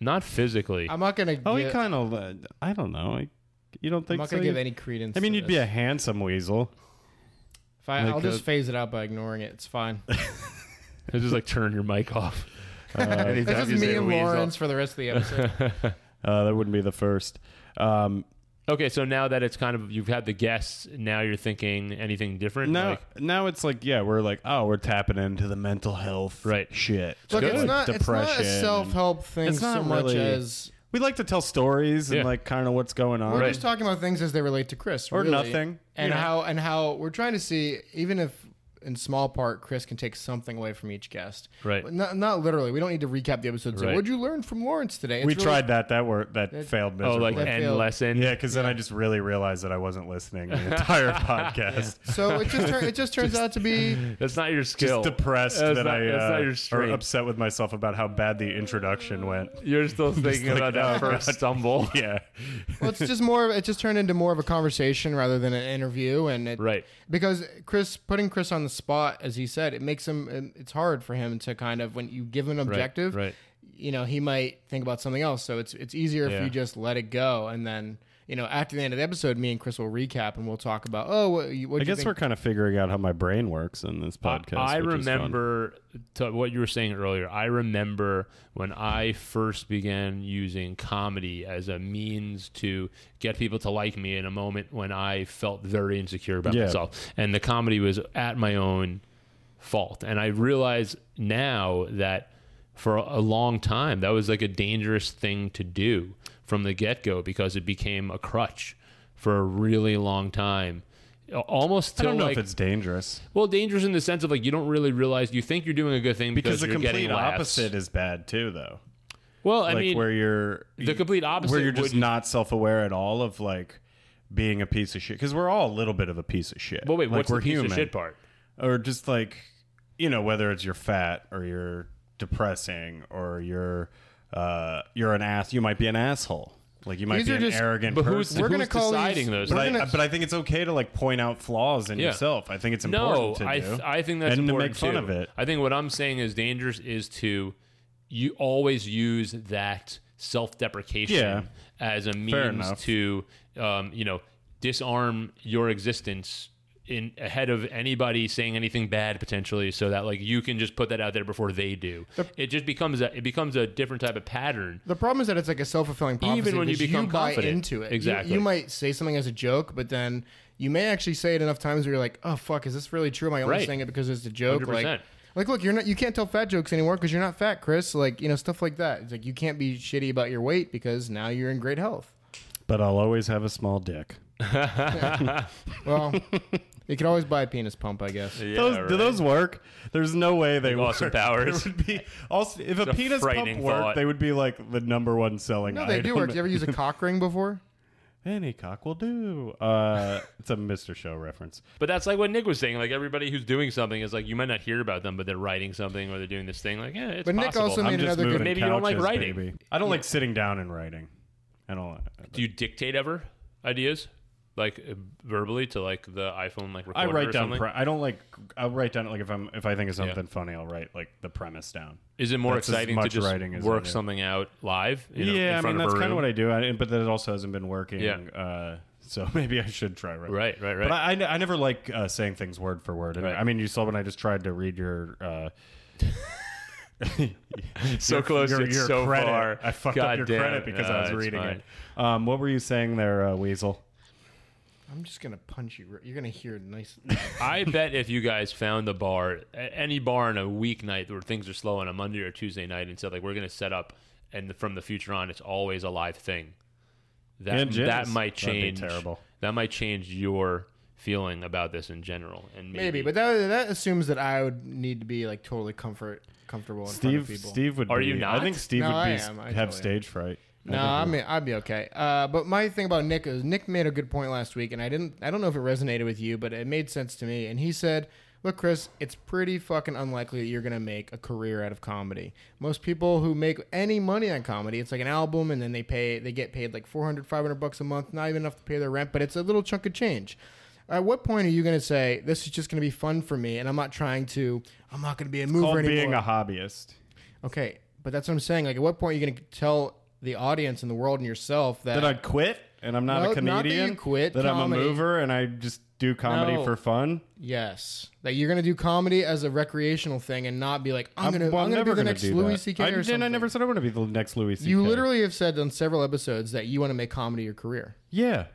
C: Not physically.
B: I'm not gonna.
A: Oh,
B: give,
A: he kind of. Uh, I don't know. I, you don't
B: I'm
A: think
B: not
A: so?
B: gonna give
A: You-
B: any credence.
A: I mean,
B: to
A: you'd be
B: this.
A: a handsome weasel.
B: If I,
A: like
B: I'll just
A: a-
B: phase it out by ignoring it. It's fine. That's
C: It's just like turn your mic off.
A: Uh,
C: Anytime
B: just
C: you say
B: me and
C: weasel.
B: Lawrence for the rest of the episode.
A: uh, that wouldn't be the first. Um,
C: Okay, so now that it's kind of you've had the guests, now you're thinking anything different.
A: now,
C: Like,
A: now it's like, yeah, we're like, oh, we're tapping into the mental health
C: Right.
A: shit.
B: Look, it's
C: good.
B: not, it's not
A: Depression
B: a
A: and-
B: self-help thing
A: It's not
B: so much
A: really-
B: as
A: We like to tell stories and
C: Yeah.
A: like kind of what's going on.
B: We're
C: Right.
B: just talking about things as they relate to Chris,
A: Or
B: really.
A: nothing,
B: and
A: you know.
B: how and how we're trying to see even if in small part Chris can take something away from each guest.
C: Right.
B: Not, not literally. We don't need to recap the episode. So
C: Right.
B: what'd you learn from Lawrence today? It's
A: we
B: really-
A: tried that. That worked. That
B: That-
A: failed
C: oh,
A: miserably.
C: like
B: That
C: end
B: failed.
C: lesson.
A: yeah, because then I just really realized that I wasn't listening the entire podcast.
B: So it just tur- it just turns out to be
C: That's not your
A: Just
C: skill.
A: depressed
C: That's
A: that
C: not-
A: I
C: that's
A: uh,
C: not your
A: or
C: strength.
A: upset with myself about how bad the introduction went.
C: You're still thinking
A: like,
C: about
A: oh,
C: that first stumble.
A: Yeah,
B: well, it's just more it just turned into more of a conversation rather than an interview and it
C: Right.
B: because Chris putting Chris on the spot as he said it makes him it's hard for him to kind of when you give him an
C: Right,
B: objective
C: Right.
B: you know he might think about something else so it's it's easier if
C: Yeah.
B: you just let it go and then you know after the end of the episode me and chris will recap and we'll talk about oh what you
A: I
B: what'd you
A: guess
B: think?
A: we're kind of figuring out how my brain works in this
C: I-
A: podcast.
C: I
A: which is fun.
C: remember to what you were saying earlier. I remember when I first began using comedy as a means to get people to like me in a moment when I felt very insecure about
A: Yeah.
C: myself. And the comedy was at my own fault. And I realize now that for a long time that was like a dangerous thing to do from the get-go because it became a crutch for a really long time almost
A: I
C: till
A: don't know
C: like
A: if it's dangerous
C: well dangerous in the sense of like you don't really realize you think you're doing a good thing because,
A: because the
C: you're
A: complete
C: getting laughs.
A: opposite is bad too, though.
C: Well, I
A: like
C: mean,
A: where you're
C: the complete opposite
A: where you're just
C: would-
A: not self-aware at all of like being a piece of shit because we're all a little bit of a piece of shit.
C: well, wait,
A: like,
C: what's
A: we're
C: the piece
A: human.
C: of shit part?
A: or just like you know whether it's you're fat or you're depressing or you're uh you're an ass you might be an asshole like you might
B: These
A: be
B: are
A: an
B: just-
A: arrogant
C: But who's,
A: person
B: we're
C: who's
B: gonna call these-
C: deciding those?
A: but,
B: we're
A: I,
B: gonna-
A: but I think it's okay to like point out flaws in
C: Yeah.
A: yourself. I think it's
C: No,
A: important to
C: I
A: do.
C: th- I think that's
A: and to
C: important
A: make fun
C: too.
A: of it.
C: I think what I'm saying is dangerous is to you always use that self-deprecation
A: Yeah.
C: as a means
A: enough.
C: to um, you know disarm your existence in ahead of anybody saying anything bad potentially so that like you can just put that out there before they do it just becomes a it becomes a different type of pattern
B: The problem is that it's like a self fulfilling prophecy.
C: Even when you
B: because
C: become
B: buy
C: confident.
B: into it, You-
C: Exactly.
B: You, might say something as a joke, but then you may actually say it enough times where you're like, "Oh fuck, is this really true? Am I only
C: Right.
B: saying it because it's a joke?" Like,
C: 100%.
B: like look, you're not. You can't tell fat jokes anymore because you're not fat, Chris. Like you know stuff like that. It's like you can't be shitty about your weight because now you're in great health.
A: But I'll always have a small dick.
B: Well, you can always buy a penis pump, I guess.
A: those do those work? There's no way they work.
C: Austin Powers.
A: It would be also if a
C: a
A: penis pump
C: frightening
A: worked,
C: thought.
A: they would be like the number one selling.
B: No, they do
A: item.
B: work. Did you ever use a cock ring before?
A: Any cock will do. Uh, it's a Mr. Show reference.
C: But that's like what Nick was saying. Like everybody who's doing something is like you might not hear about them, but they're writing something or they're doing this thing. Like yeah, it's
B: But Nick
C: possible.
B: also
C: Um,
B: made-
A: I'm just
B: another good-
A: moving
C: Maybe you don't like
A: couches,
C: writing.
A: baby. I don't like sitting down and writing. I don't.
C: Do you dictate ever ideas like uh, verbally to like the iPhone like
A: I
C: recorder
A: write
C: or
A: down.
C: something?
A: Pre- I don't like. I'll write down like if I'm if I think of something funny, I'll write like the premise down.
C: is it more
A: That's as
C: exciting to
A: much
C: just
A: writing as I
C: work
A: do.
C: something out live? You know,
A: yeah,
C: in
A: I mean
C: front
A: that's
C: of a
A: kind of what
C: room?
A: I do, I, but that also hasn't been working.
C: Yeah.
A: Uh, so maybe I should try writing.
C: Right, right, right.
A: But I, I, I never like uh, saying things word for word. And
C: Right.
A: I mean, you saw when I just tried to read your. Uh,
C: so
A: your-
C: close,
A: your,
C: it's
A: your
C: so
A: credit.
C: far.
A: I fucked
C: God
A: up your
C: damn
A: credit
C: it.
A: because
C: No,
A: I was
C: it's
A: reading
C: fine.
A: it. Um, what were you saying there, uh, Weasel?
B: I'm just gonna punch you. You're gonna hear nice.
C: I bet if you guys found a bar, a- any bar on a weeknight where things are slow on a Monday or Tuesday night, and said like we're going to set up, and from the future on, it's always a live thing. That
A: And jizz.
C: that might
A: That'd be
C: change.
A: terrible.
C: That might change your feeling about this in general, and maybe.
B: Maybe, but that that assumes that I would need to be like totally comfort comfortable in front of
A: Steve,
B: people.
A: Steve would.
C: Are
A: be,
C: you
A: I
C: not?
A: think Steve
B: No,
A: would
B: I
A: be,
B: am. I
A: have
B: totally
A: stage fright.
B: No, I mean I'd be okay. Uh, but my thing about Nick is Nick made a good point last week, and I didn't. I don't know if it resonated with you, but it made sense to me. And he said, "Look, Chris, it's pretty fucking unlikely that you're gonna make a career out of comedy. Most people who make any money on comedy, it's like an album, and then they pay. They get paid like 400, 500 bucks a month, not even enough to pay their rent, but it's a little chunk of change." At what point are you going to say this is just going to be fun for me, and I'm not trying to, I'm not going to be a mover
A: Called
B: anymore?
A: being a hobbyist.
B: Okay, but that's what I'm saying. Like, at what point are you going to tell the audience and the world and yourself that?
A: That I'd quit and I'm not
B: Uh, No,
A: a
B: not that you
A: comedian.
B: quit,
A: That I'm a
B: comedy.
A: mover and I just do comedy
B: No.
A: for fun.
B: yes, that you're going to do comedy as a recreational thing and not be like, I'm going to,
A: well,
B: I'm,
A: never
B: going to be the
A: gonna
B: next
A: do
B: Louis
A: that.
B: C.K.
A: I,
B: or
A: didn't-
B: something.
A: I never said I want to be the next Louis C.K.
B: you literally have said on several episodes that you want to make comedy your career,
A: Yeah.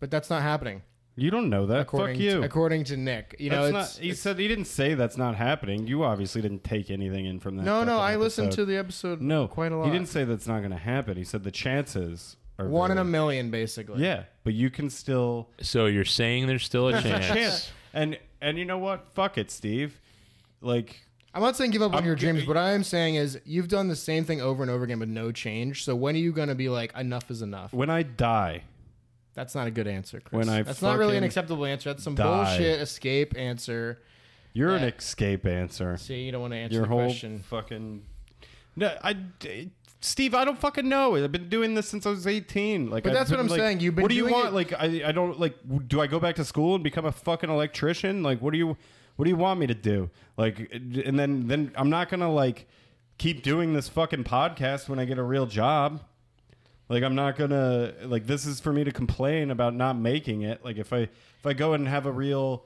B: but that's not happening.
A: You don't know that.
B: According,
A: Fuck you.
B: To, according to Nick, you know,
A: That's
B: it's,
A: not, he said he didn't say that's not happening. You obviously didn't take anything in from that.
B: no, no.
A: fucking
B: I listened
A: episode.
B: to the episode.
A: no
B: quite a lot.
A: He didn't say that's not going to happen. He said the chances are
B: One in
A: very-
B: a million, basically.
A: Yeah, but you can still
C: so you're saying there's still a chance.
A: chance. And and you know what? Fuck it, Steve. Like
B: I'm not saying give up on
A: I'm
B: your
A: g-
B: dreams. What I am saying is you've done the same thing over and over again with no change. So when are you going to be like enough is enough?
A: when I die,
B: That's not a good answer, Chris.
A: When I
B: That's not really an
A: fucking
B: acceptable answer. That's some
A: die.
B: bullshit escape answer.
A: you're
B: Yeah.
A: an escape answer.
B: See, you don't want to answer
A: Your
B: the
A: whole
B: question.
A: fucking no. I d- Steve, I don't fucking know. I've been doing this since I was eighteen. Like,
B: But
A: I've
B: that's what
A: been,
B: I'm
A: like,
B: saying. You've been
A: What do you
B: doing
A: want?
B: it-
A: Like, I I don't like. w- Do I go back to school and become a fucking electrician? Like, what do you what do you want me to do? Like, and then then I'm not gonna like keep doing this fucking podcast when I get a real job. Like I'm not gonna like this is for me to complain about not making it. Like if I if I go and have a real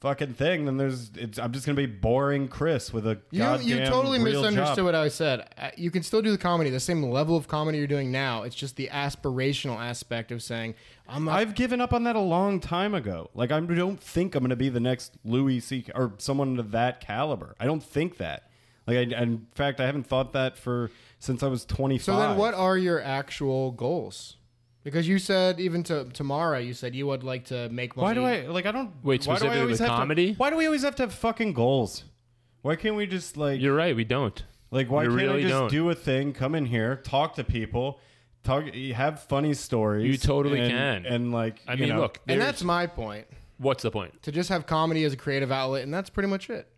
A: fucking thing, then there's it's I'm just gonna be boring Chris with a
B: You,
A: goddamn
B: you totally
A: real
B: misunderstood
A: job.
B: what I said. Uh, You can still do the comedy, the same level of comedy you're doing now. It's just the aspirational aspect of saying, I'm not.
A: I've given up on that a long time ago. Like I don't think I'm gonna be the next Louis C or someone of that caliber. I don't think that. Like I, in fact, I haven't thought that for since I was 25.
B: so then what are your actual goals? Because you said even to tomorrow, you said you would like to make money.
A: Why do I like? I don't
C: Wait,
A: why do I
C: specifically
A: always
C: with
A: have to-
C: comedy?
A: why do we always have to have fucking goals? Why can't we just like
C: You're right. We don't.
A: like why
C: you
A: can't I
C: really
A: just
C: don't.
A: do a thing? Come in here, talk to people, talk, have funny stories.
C: You totally
A: and-
C: can.
A: And like,
C: I
A: you
C: mean,
A: know,
C: look.
B: And
C: there's-
B: that's my point.
C: what's the point?
B: To just have comedy as a creative outlet, and that's pretty much it.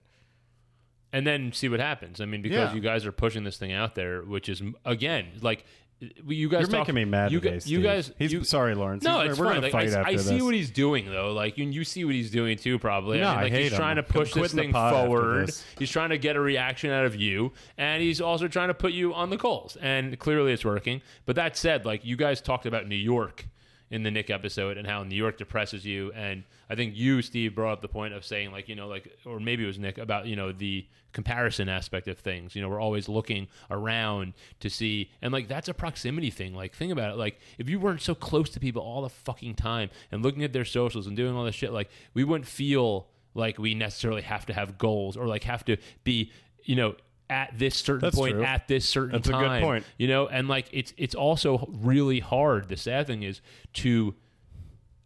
C: and then see what happens. I mean, because
A: Yeah.
C: you guys are pushing this thing out there, which is again like you guys.
A: you're
C: talk-
A: making me mad
C: You,
A: today,
C: gu-
A: Steve.
C: you guys.
A: He's
C: you,
A: sorry, Lawrence.
C: No,
A: He's-
C: it's
A: we're
C: fine.
A: gonna
C: Like,
A: fight
C: I,
A: after
C: I see
A: this.
C: what he's doing though. Like you, you see what he's doing too. Probably.
A: No,
C: I mean,
A: I
C: like
A: hate
C: he's
A: him.
C: trying to
A: I'm
C: push this
A: quitting the
C: thing
A: pod after
C: forward.
A: this.
C: He's trying to get a reaction out of you, and he's also trying to put you on the coals. And clearly, it's working. But that said, like you guys talked about New York in the Nick episode and how New York depresses you. And I think you, Steve, brought up the point of saying like you know like or maybe it was Nick about you know the comparison aspect of things. You know, we're always looking around to see, and like that's a proximity thing. Like think about it. Like if you weren't so close to people all the fucking time and looking at their socials and doing all this shit, like we wouldn't feel like we necessarily have to have goals or like have to be you know at this certain
A: That's
C: point
A: true.
C: at this certain
A: That's a good
C: time,
A: point.
C: you know and like it's it's also really hard the sad thing is to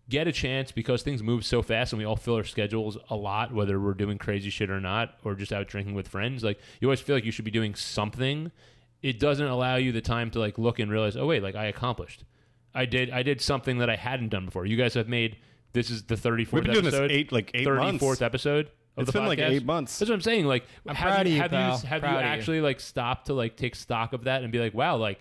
C: get a chance because things move so fast and we all fill our schedules a lot whether we're doing crazy shit or not or just out drinking with friends like you always feel like you should be doing something it doesn't allow you the time to like look and realize oh wait like i accomplished i did i did something that i hadn't done before you guys have made this is the 34th
A: We've been doing this
C: episode,
A: eight- like eight
C: 34th
A: months.
C: episode of
A: It's
C: the
A: been, like,
C: podcast.
A: eight months.
C: that's what i'm saying like have
B: proud
C: you,
B: of you,
C: have
B: pal.
C: you have
B: Proud of
C: you
B: you.
C: actually like stopped to like take stock of that and be like wow like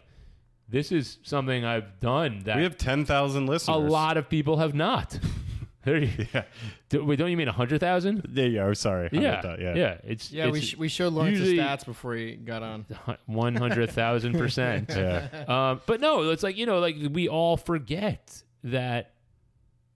C: this is something i've done that
A: We have ten thousand listeners.
C: a lot of people have not. there you,
A: Yeah.
C: do, wait, don't you mean hundred thousand?
A: Yeah. yeah I'm sorry. How
C: Yeah,
A: about that? Yeah.
C: It's
B: Yeah, we,
C: it's
B: sh- we showed Lawrence
C: usually-
B: the stats before he got on.
C: one hundred thousand percent.
A: Yeah.
C: Um, but no, it's like you know, like we all forget that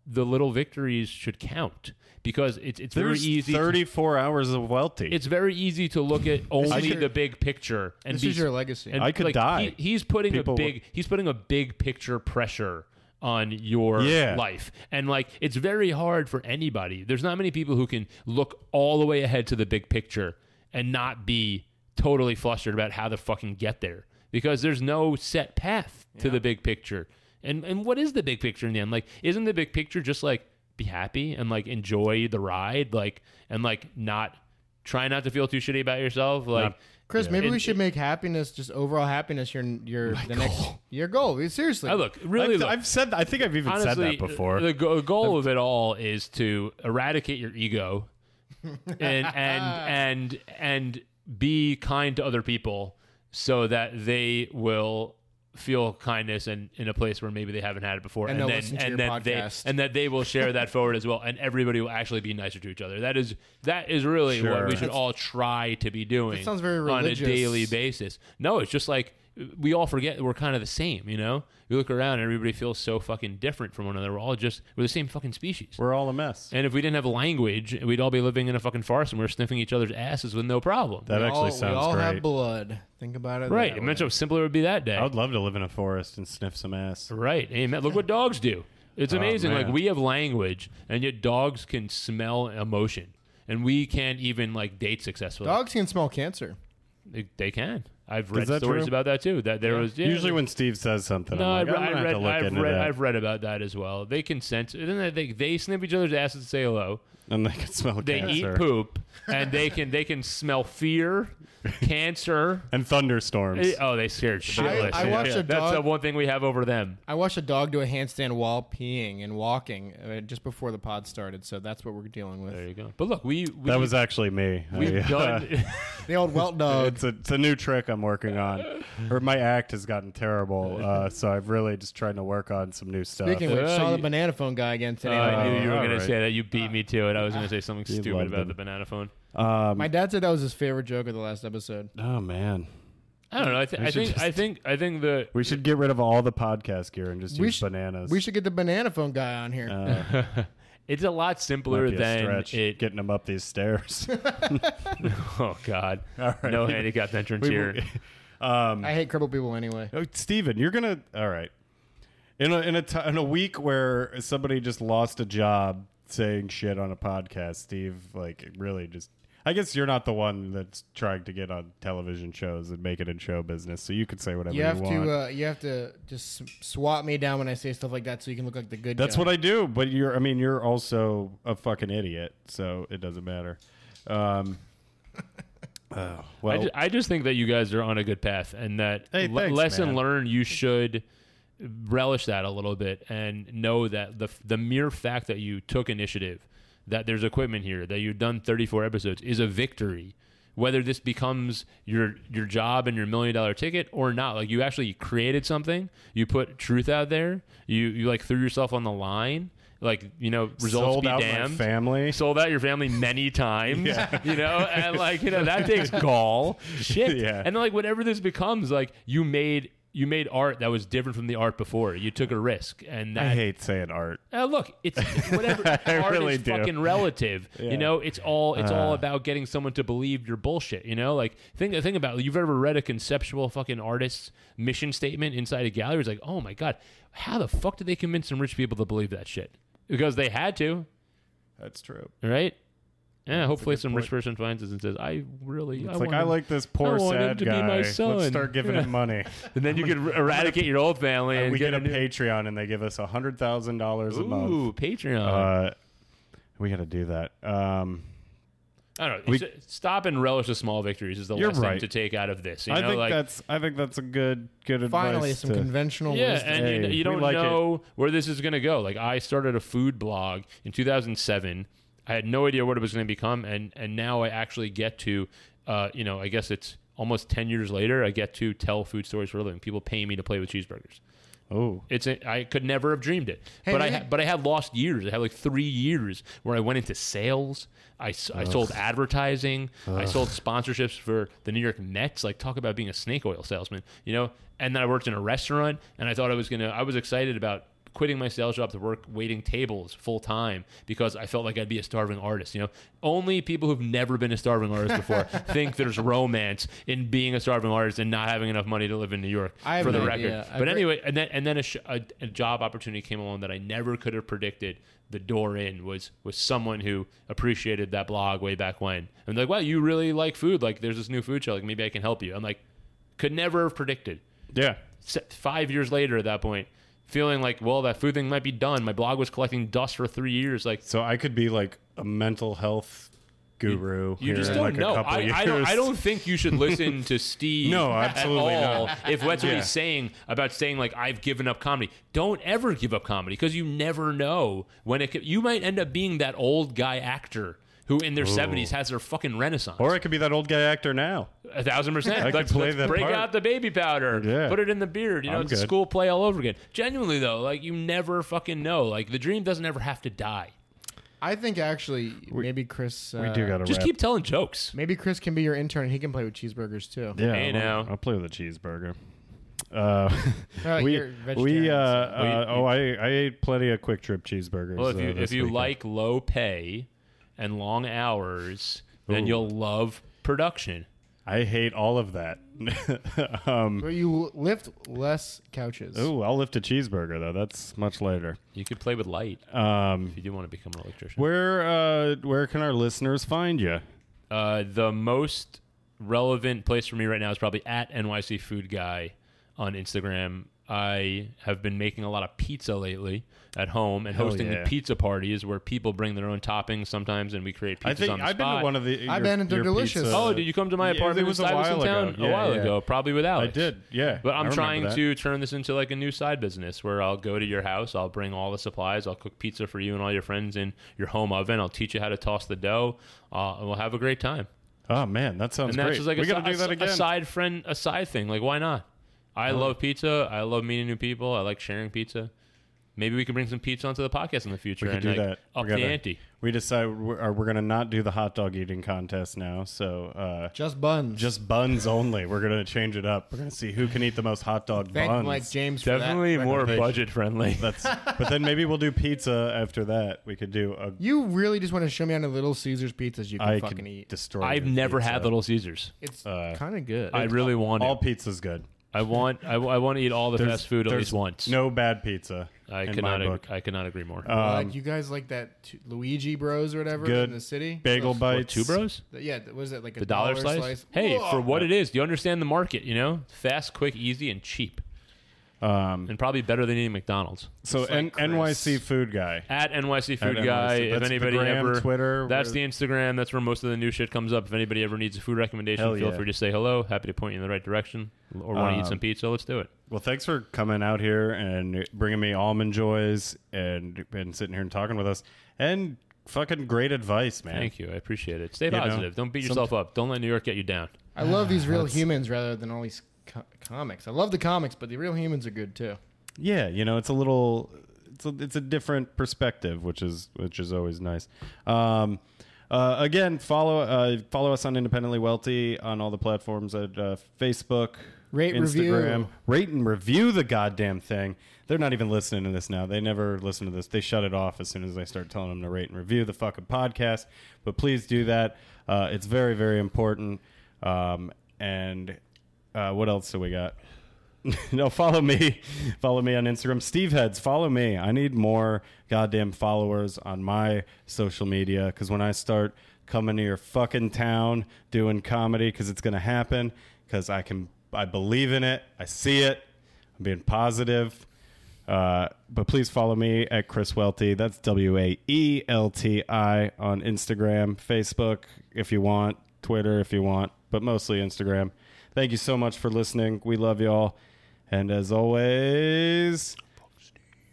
C: the little victories should count because it's it's
A: There's
C: very easy. to-
A: 34 hours of Welty.
C: it's very easy to look at only
B: your-
C: the big picture and
B: This
C: be
B: is your legacy.
C: and,
A: I could
C: like,
A: die.
C: he- he's putting
A: People
C: a
A: w-
C: big. He's putting a big picture pressure on your
A: Yeah.
C: life, and like it's very hard for anybody. There's not many people who can look all the way ahead to the big picture and not be totally flustered about how to fucking get there because there's no set path to the big picture. And and what is the big picture in the end? Like, isn't the big picture just like be happy and like enjoy the ride, like and like not try not to feel too shitty about yourself, like.
B: Chris, maybe
C: It-
B: we should make happiness just overall happiness your your the next your goal. Seriously,
C: I look really.
A: I've,
C: look,
A: I've said. I think I've even said
C: honestly,
A: that before.
C: The go- goal of it all is to eradicate your ego, and and and and be kind to other people so that they will feel kindness and in a place where maybe they haven't had it before
B: And
C: and
B: they'll
C: then
B: listen to
C: and
B: your
C: that
B: podcast.
C: they and that they will share that forward as well and everybody will actually be nicer to each other that is that is really what
A: Sure.
C: we should all try to be doing
B: sounds very
C: on a
B: religious.
C: daily basis. No, it's just like we all forget that we're kind of the same, you know? We look around and everybody feels so fucking different from one another. We're all just, we're the same fucking species.
A: We're all a mess.
C: And if we didn't have language, we'd all be living in a fucking forest and we're sniffing each other's asses with no problem.
A: that
B: we
A: actually
B: all,
A: sounds
B: we all
A: great.
B: have blood. Think about it.
C: right.
B: that
C: Imagine how simpler it would be that day.
A: I would love to live in a forest and sniff some ass.
C: Right. Amen. Look what dogs do. It's amazing. like
A: Oh, man.
C: we have language, and yet dogs can smell emotion, and we can't even like date successfully.
B: Dogs can smell cancer.
C: They, they can. I've read
A: that
C: stories
A: true?
C: about that too. That there was yeah,
A: Usually, when Steve says something,
C: No,
A: I'm like, I'm
C: I,
A: gonna have
C: re- I read.
A: to look
C: I've
A: into
C: read.
A: that.
C: I've read about that as well. They can sense. Isn't that they, they sniff each other's asses and say hello.
A: and they can smell
C: They
A: cancer
C: eat poop, and they can they can smell fear, cancer.
A: and thunderstorms.
C: Eh, Oh, they scared shitless.
B: I
C: Yeah,
B: watched
C: yeah.
B: a
C: That's
B: dog-
C: the one thing we have over them.
B: I watched a dog do a handstand while peeing and walking uh, just before the pod started, so that's what we're dealing
C: There
B: with.
C: you go. But look, we, we
A: that was actually me.
C: we've
A: I, uh,
C: done.
B: The old welt dog.
A: it's a it's a new trick I'm working on, or my act has gotten terrible. Uh, so I've really just trying to work on some new stuff.
B: Speaking of which,
C: Uh,
B: saw the
C: you-
B: banana phone guy again today.
C: Oh, I knew you were
A: all
C: going to
A: right.
C: say that. You beat me to it. I was going to say something stupid
A: loved
C: about
A: them.
C: the banana phone.
A: um,
B: Uh, My dad said that was his favorite joke of the last episode.
A: oh man,
C: I don't know. I, th- I
A: should
C: think. I
A: just-
C: think. I think the
A: we should get rid of all the podcast gear and just
B: We
A: use
B: sh-
A: bananas.
B: We should get the banana phone guy on here.
A: Uh,
C: it's a lot
A: might
C: simpler
A: be a
C: than
A: stretch,
C: it.
A: getting them up these stairs.
C: Oh God!
A: All right.
C: No handicapped entrance here.
A: um,
B: I hate crippled people anyway.
A: Oh, Steven, you're gonna all right. In a in a ti in a week where somebody just lost a job saying shit on a podcast, Steve, like really just I guess you're not the one that's trying to get on television shows and make it in show business, so you could say whatever you,
B: You have
A: want.
B: to uh, you have to just s- swat me down when I say stuff like that so you can look like the good
A: that's
B: guy.
A: what I do, but you're I mean you're also a fucking idiot, so it doesn't matter. Um, uh, well,
C: I, ju- I just think that you guys are on a good path and that
A: Hey,
C: le-
A: thanks,
C: lesson
A: man.
C: learned you should relish that a little bit and know that the f- the mere fact that you took initiative that there's equipment here that you've done 34 episodes is a victory whether this becomes your your job and your million dollar ticket or not like you actually created something you put truth out there you you like threw yourself on the line like you know results
A: sold
C: be
A: out
C: damned
A: my family.
C: sold out your family many times, you know, and like you know that takes gall, shit,
A: Yeah.
C: and like whatever this becomes, like you made you made art that was different from the art before. You took a risk, and
A: I
C: that
A: hate saying art.
C: uh, look, it's whatever.
A: I
C: art
A: really
C: is
A: do.
C: fucking relative.
A: Yeah. Uh.
C: You know, it's all it's all about getting someone to believe your bullshit. You know, like think think about it. you've ever read a conceptual fucking artist's mission statement inside a gallery. It's like, oh my god, how the fuck did they convince some rich people to believe that shit? Because they had to.
A: That's true.
C: Right? Yeah, hopefully
A: good
C: some
A: point.
C: rich person finds us and says, "I really,
A: It's
C: I
A: like
C: want
A: I
C: him."
A: like this poor
C: I want him
A: sad
C: to be
A: guy.
C: my
A: Let's
C: son.
A: start giving him money.
C: And then you could er- eradicate your old family and
A: we get,
C: get,
A: a
C: new-
A: Patreon, and they give us hundred thousand dollars a month.
C: Ooh, Uh-huh. Patreon.
A: Uh, we got to do that. Um,
C: I don't know.
A: we-
C: It's- stop and relish the small victories is the
A: You're
C: lesson
A: right.
C: to take out of this. You
A: I
C: know,
A: think
C: like
A: that's I think that's a good good
B: Finally,
A: advice.
B: some
A: to-
B: conventional
C: yeah,
B: wisdom.
C: and you,
A: Hey,
C: you
A: we
C: don't
A: like it.
C: know where this is going to go. Like I started a food blog in 2007. I had no idea what it was going to become, and and now I actually get to, uh, you know, I guess it's almost 10 years later. I get to tell food stories for a living. People pay me to play with cheeseburgers.
A: oh,
C: It's a, I could never have dreamed it,
B: Hey,
C: but I
B: man.
C: ha- but I had lost years. I had like three years where I went into sales. I, s- I sold advertising. I sold sponsorships for the New York Mets. Like talk about being a snake oil salesman, you know. And then I worked in a restaurant, and I thought I was gonna. I was excited about quitting my sales job to work waiting tables full time because I felt like I'd be a starving artist. You know, only people who've never been a starving artist before think there's romance in being a starving artist and not having enough money to live in New York.
B: I have
C: for the
B: an
C: record,
B: idea. I've
C: but
B: re-
C: anyway. But- and then and then a, sh- a, a job opportunity came along that I never could have predicted. The door in was was someone who appreciated that blog way back when, and they're like, "Wow, you really like food? Like, there's this new food show. Like, maybe I can help you." I'm like, could never have predicted.
A: yeah.
C: Se- Five years later, at that point, feeling like, well, that food thing might be done. My blog was collecting dust for three years. Like,
A: So I could be like a mental health guru.
C: You
A: here
C: just
A: in,
C: don't
A: like
C: know.
A: A couple
C: I,
A: years.
C: I, don't, I don't think you should listen to Steve.
A: No,
C: at
A: absolutely
C: all
A: not.
C: If that's what
A: Yeah.
C: he's saying about saying like I've given up comedy, don't ever give up comedy because you never know when it. Could, you might end up being that old guy actor who in their seventies has their fucking renaissance.
A: Or I could be that old guy actor now.
C: a thousand percent.
A: I could
C: Let's-
A: play
C: let's
A: that
C: break
A: part.
C: out the baby powder.
A: Yeah.
C: Put it in the beard. You know,
A: I'm
C: it's a
A: good.
C: school play all over again. Genuinely though, like you never fucking know. Like the dream doesn't ever have to die.
B: I think actually maybe Chris. Uh,
A: We do got to
C: Just keep telling jokes.
B: Maybe Chris can be your intern. and He can play with cheeseburgers too.
A: Yeah,
C: Hey,
A: I'll-
C: now.
A: I'll play with a cheeseburger. Uh,
B: Uh,
A: we
B: you're
A: we uh,
B: vegetarian,
C: Well, you-
A: uh, oh I I ate plenty of quick trip cheeseburgers.
C: Well, if
A: uh,
C: you
A: this
C: if you
A: weekend.
C: like low pay and long hours, then
A: Ooh.
C: you'll love production.
A: I hate all of that. um,
B: But you lift less couches.
A: oh, I'll lift a cheeseburger though. That's much later.
C: You could play with light
A: Um,
C: if you do want to become an electrician.
A: where uh, where can our listeners find you?
C: Uh, the most relevant place for me right now is probably at NYC Food Guy on Instagram. I have been making a lot of pizza lately at home and
A: Hell
C: hosting
A: yeah.
C: the pizza parties where people bring their own toppings sometimes and we create pizzas
A: I think
C: on the
A: I've been
C: spot.
A: to one of the.
B: I've
A: your-
B: been and they're
A: your
B: delicious.
A: pizza-
C: Oh, did you come to my
A: Yeah, it
C: apartment?
A: was
C: in
A: a
C: Stuyvesant
A: while
C: Town
A: ago. Yeah,
C: a while
A: yeah.
C: ago, probably with
A: I
C: Alex.
A: did, yeah.
C: But
A: I
C: I'm
A: remember
C: trying
A: that.
C: to turn this into like a new side business where I'll go to your house, I'll bring all the supplies, I'll cook pizza for you and all your friends in your home oven, I'll teach you how to toss the dough, uh, and we'll have a great time.
A: Oh man, that sounds
C: And that's
A: great.
C: just like
A: we
C: a,
A: got
C: si-
A: to do that
C: a
A: again.
C: side friend, a side thing. Like, why not? I love pizza. I love meeting new people. I like sharing pizza. Maybe we can bring some pizza onto the podcast in the future
A: we could
C: and
A: do
C: like,
A: that.
C: up
A: we
C: the
A: gotta-
C: ante.
A: We decide we're, are we're gonna not do the hot dog eating contest now. So uh,
B: Just buns.
A: just buns only. We're gonna change it up. We're gonna see who can eat the most hot dog
B: thank
A: buns.
B: Mike James.
C: Definitely
B: for that
C: more
B: recommendation.
C: budget friendly.
A: That's. But then maybe we'll do pizza after that. We could do a.
B: You really just want to show me on the Little Caesars pizzas you can
A: I
B: fucking
A: could
B: eat.
A: destroy.
C: I've
A: your
C: never
A: pizza.
C: had Little Caesars.
B: It's
A: uh,
B: kind of good.
C: I really want it.
A: All pizza's good.
C: I want I, I want to eat all the
A: There's-
C: fast food at
A: there's
C: least once.
A: No bad pizza.
C: I
A: in
C: cannot
A: my book.
C: ag- I cannot agree more.
A: Um,
B: like you guys like that t- Luigi Bros or whatever
A: good
B: in the city
A: bagel
B: Ugh.
A: bites.
C: What, two bros?
B: Th- Yeah, th- what is that like a
C: The dollar, slice? Hey, for what it is, do you understand the market, you know? Fast, quick, easy, and cheap.
A: Um,
C: And probably better than any McDonald's.
A: so
B: It's
A: N-
B: like Chris.
A: NYC food guy.
C: At NYC Food
A: At
C: Guy,
A: NYC.
C: if
A: That's the
C: anybody
A: gram,
C: ever
A: Twitter,
C: that's
A: where-
C: the Instagram, that's where most of the new shit comes up. If anybody ever needs a food recommendation,
A: Hell
C: feel
A: yeah.
C: free to say hello. Happy to point you in the right direction. Or want to
A: Um,
C: eat some pizza, let's do it.
A: Well, thanks for coming out here and bringing me almond joys and and sitting here and talking with us and fucking great advice, man.
C: Thank you. I appreciate it. Stay
A: know,
C: positive. Don't beat
A: some-
C: yourself up. Don't let New York get you down.
B: I love these real humans rather than all these co- comics. I love the comics, but the real humans are good too.
A: Yeah, you know, it's a little it's a, it's a different perspective, which is which is always nice. Um uh, again, follow uh, follow us on Independently Wealthy on all the platforms at uh, Facebook,
B: Rate,
A: Instagram,
B: review.
A: rate and review the goddamn thing. They're not even listening to this now. They never listen to this. They shut it off as soon as I start telling them to rate and review the fucking podcast. But please do that. Uh, it's very very important. Um, and uh, what else do we got? no, follow me. Follow me on Instagram. Steve Heads, follow me. I need more goddamn followers on my social media because when I start coming to your fucking town doing comedy, because it's gonna happen, because I can, I believe in it. I see it. I'm being positive. Uh, but please follow me at Chris Welty. That's W A E L T I on Instagram, Facebook if you want, Twitter if you want, but mostly Instagram. Thank you so much for listening. We love y'all. And as always,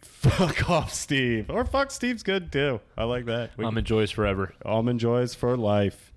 A: fuck off, Steve. Or fuck Steve's good too. I like that. We,
C: I'm enjoys forever.
A: almond joys for life.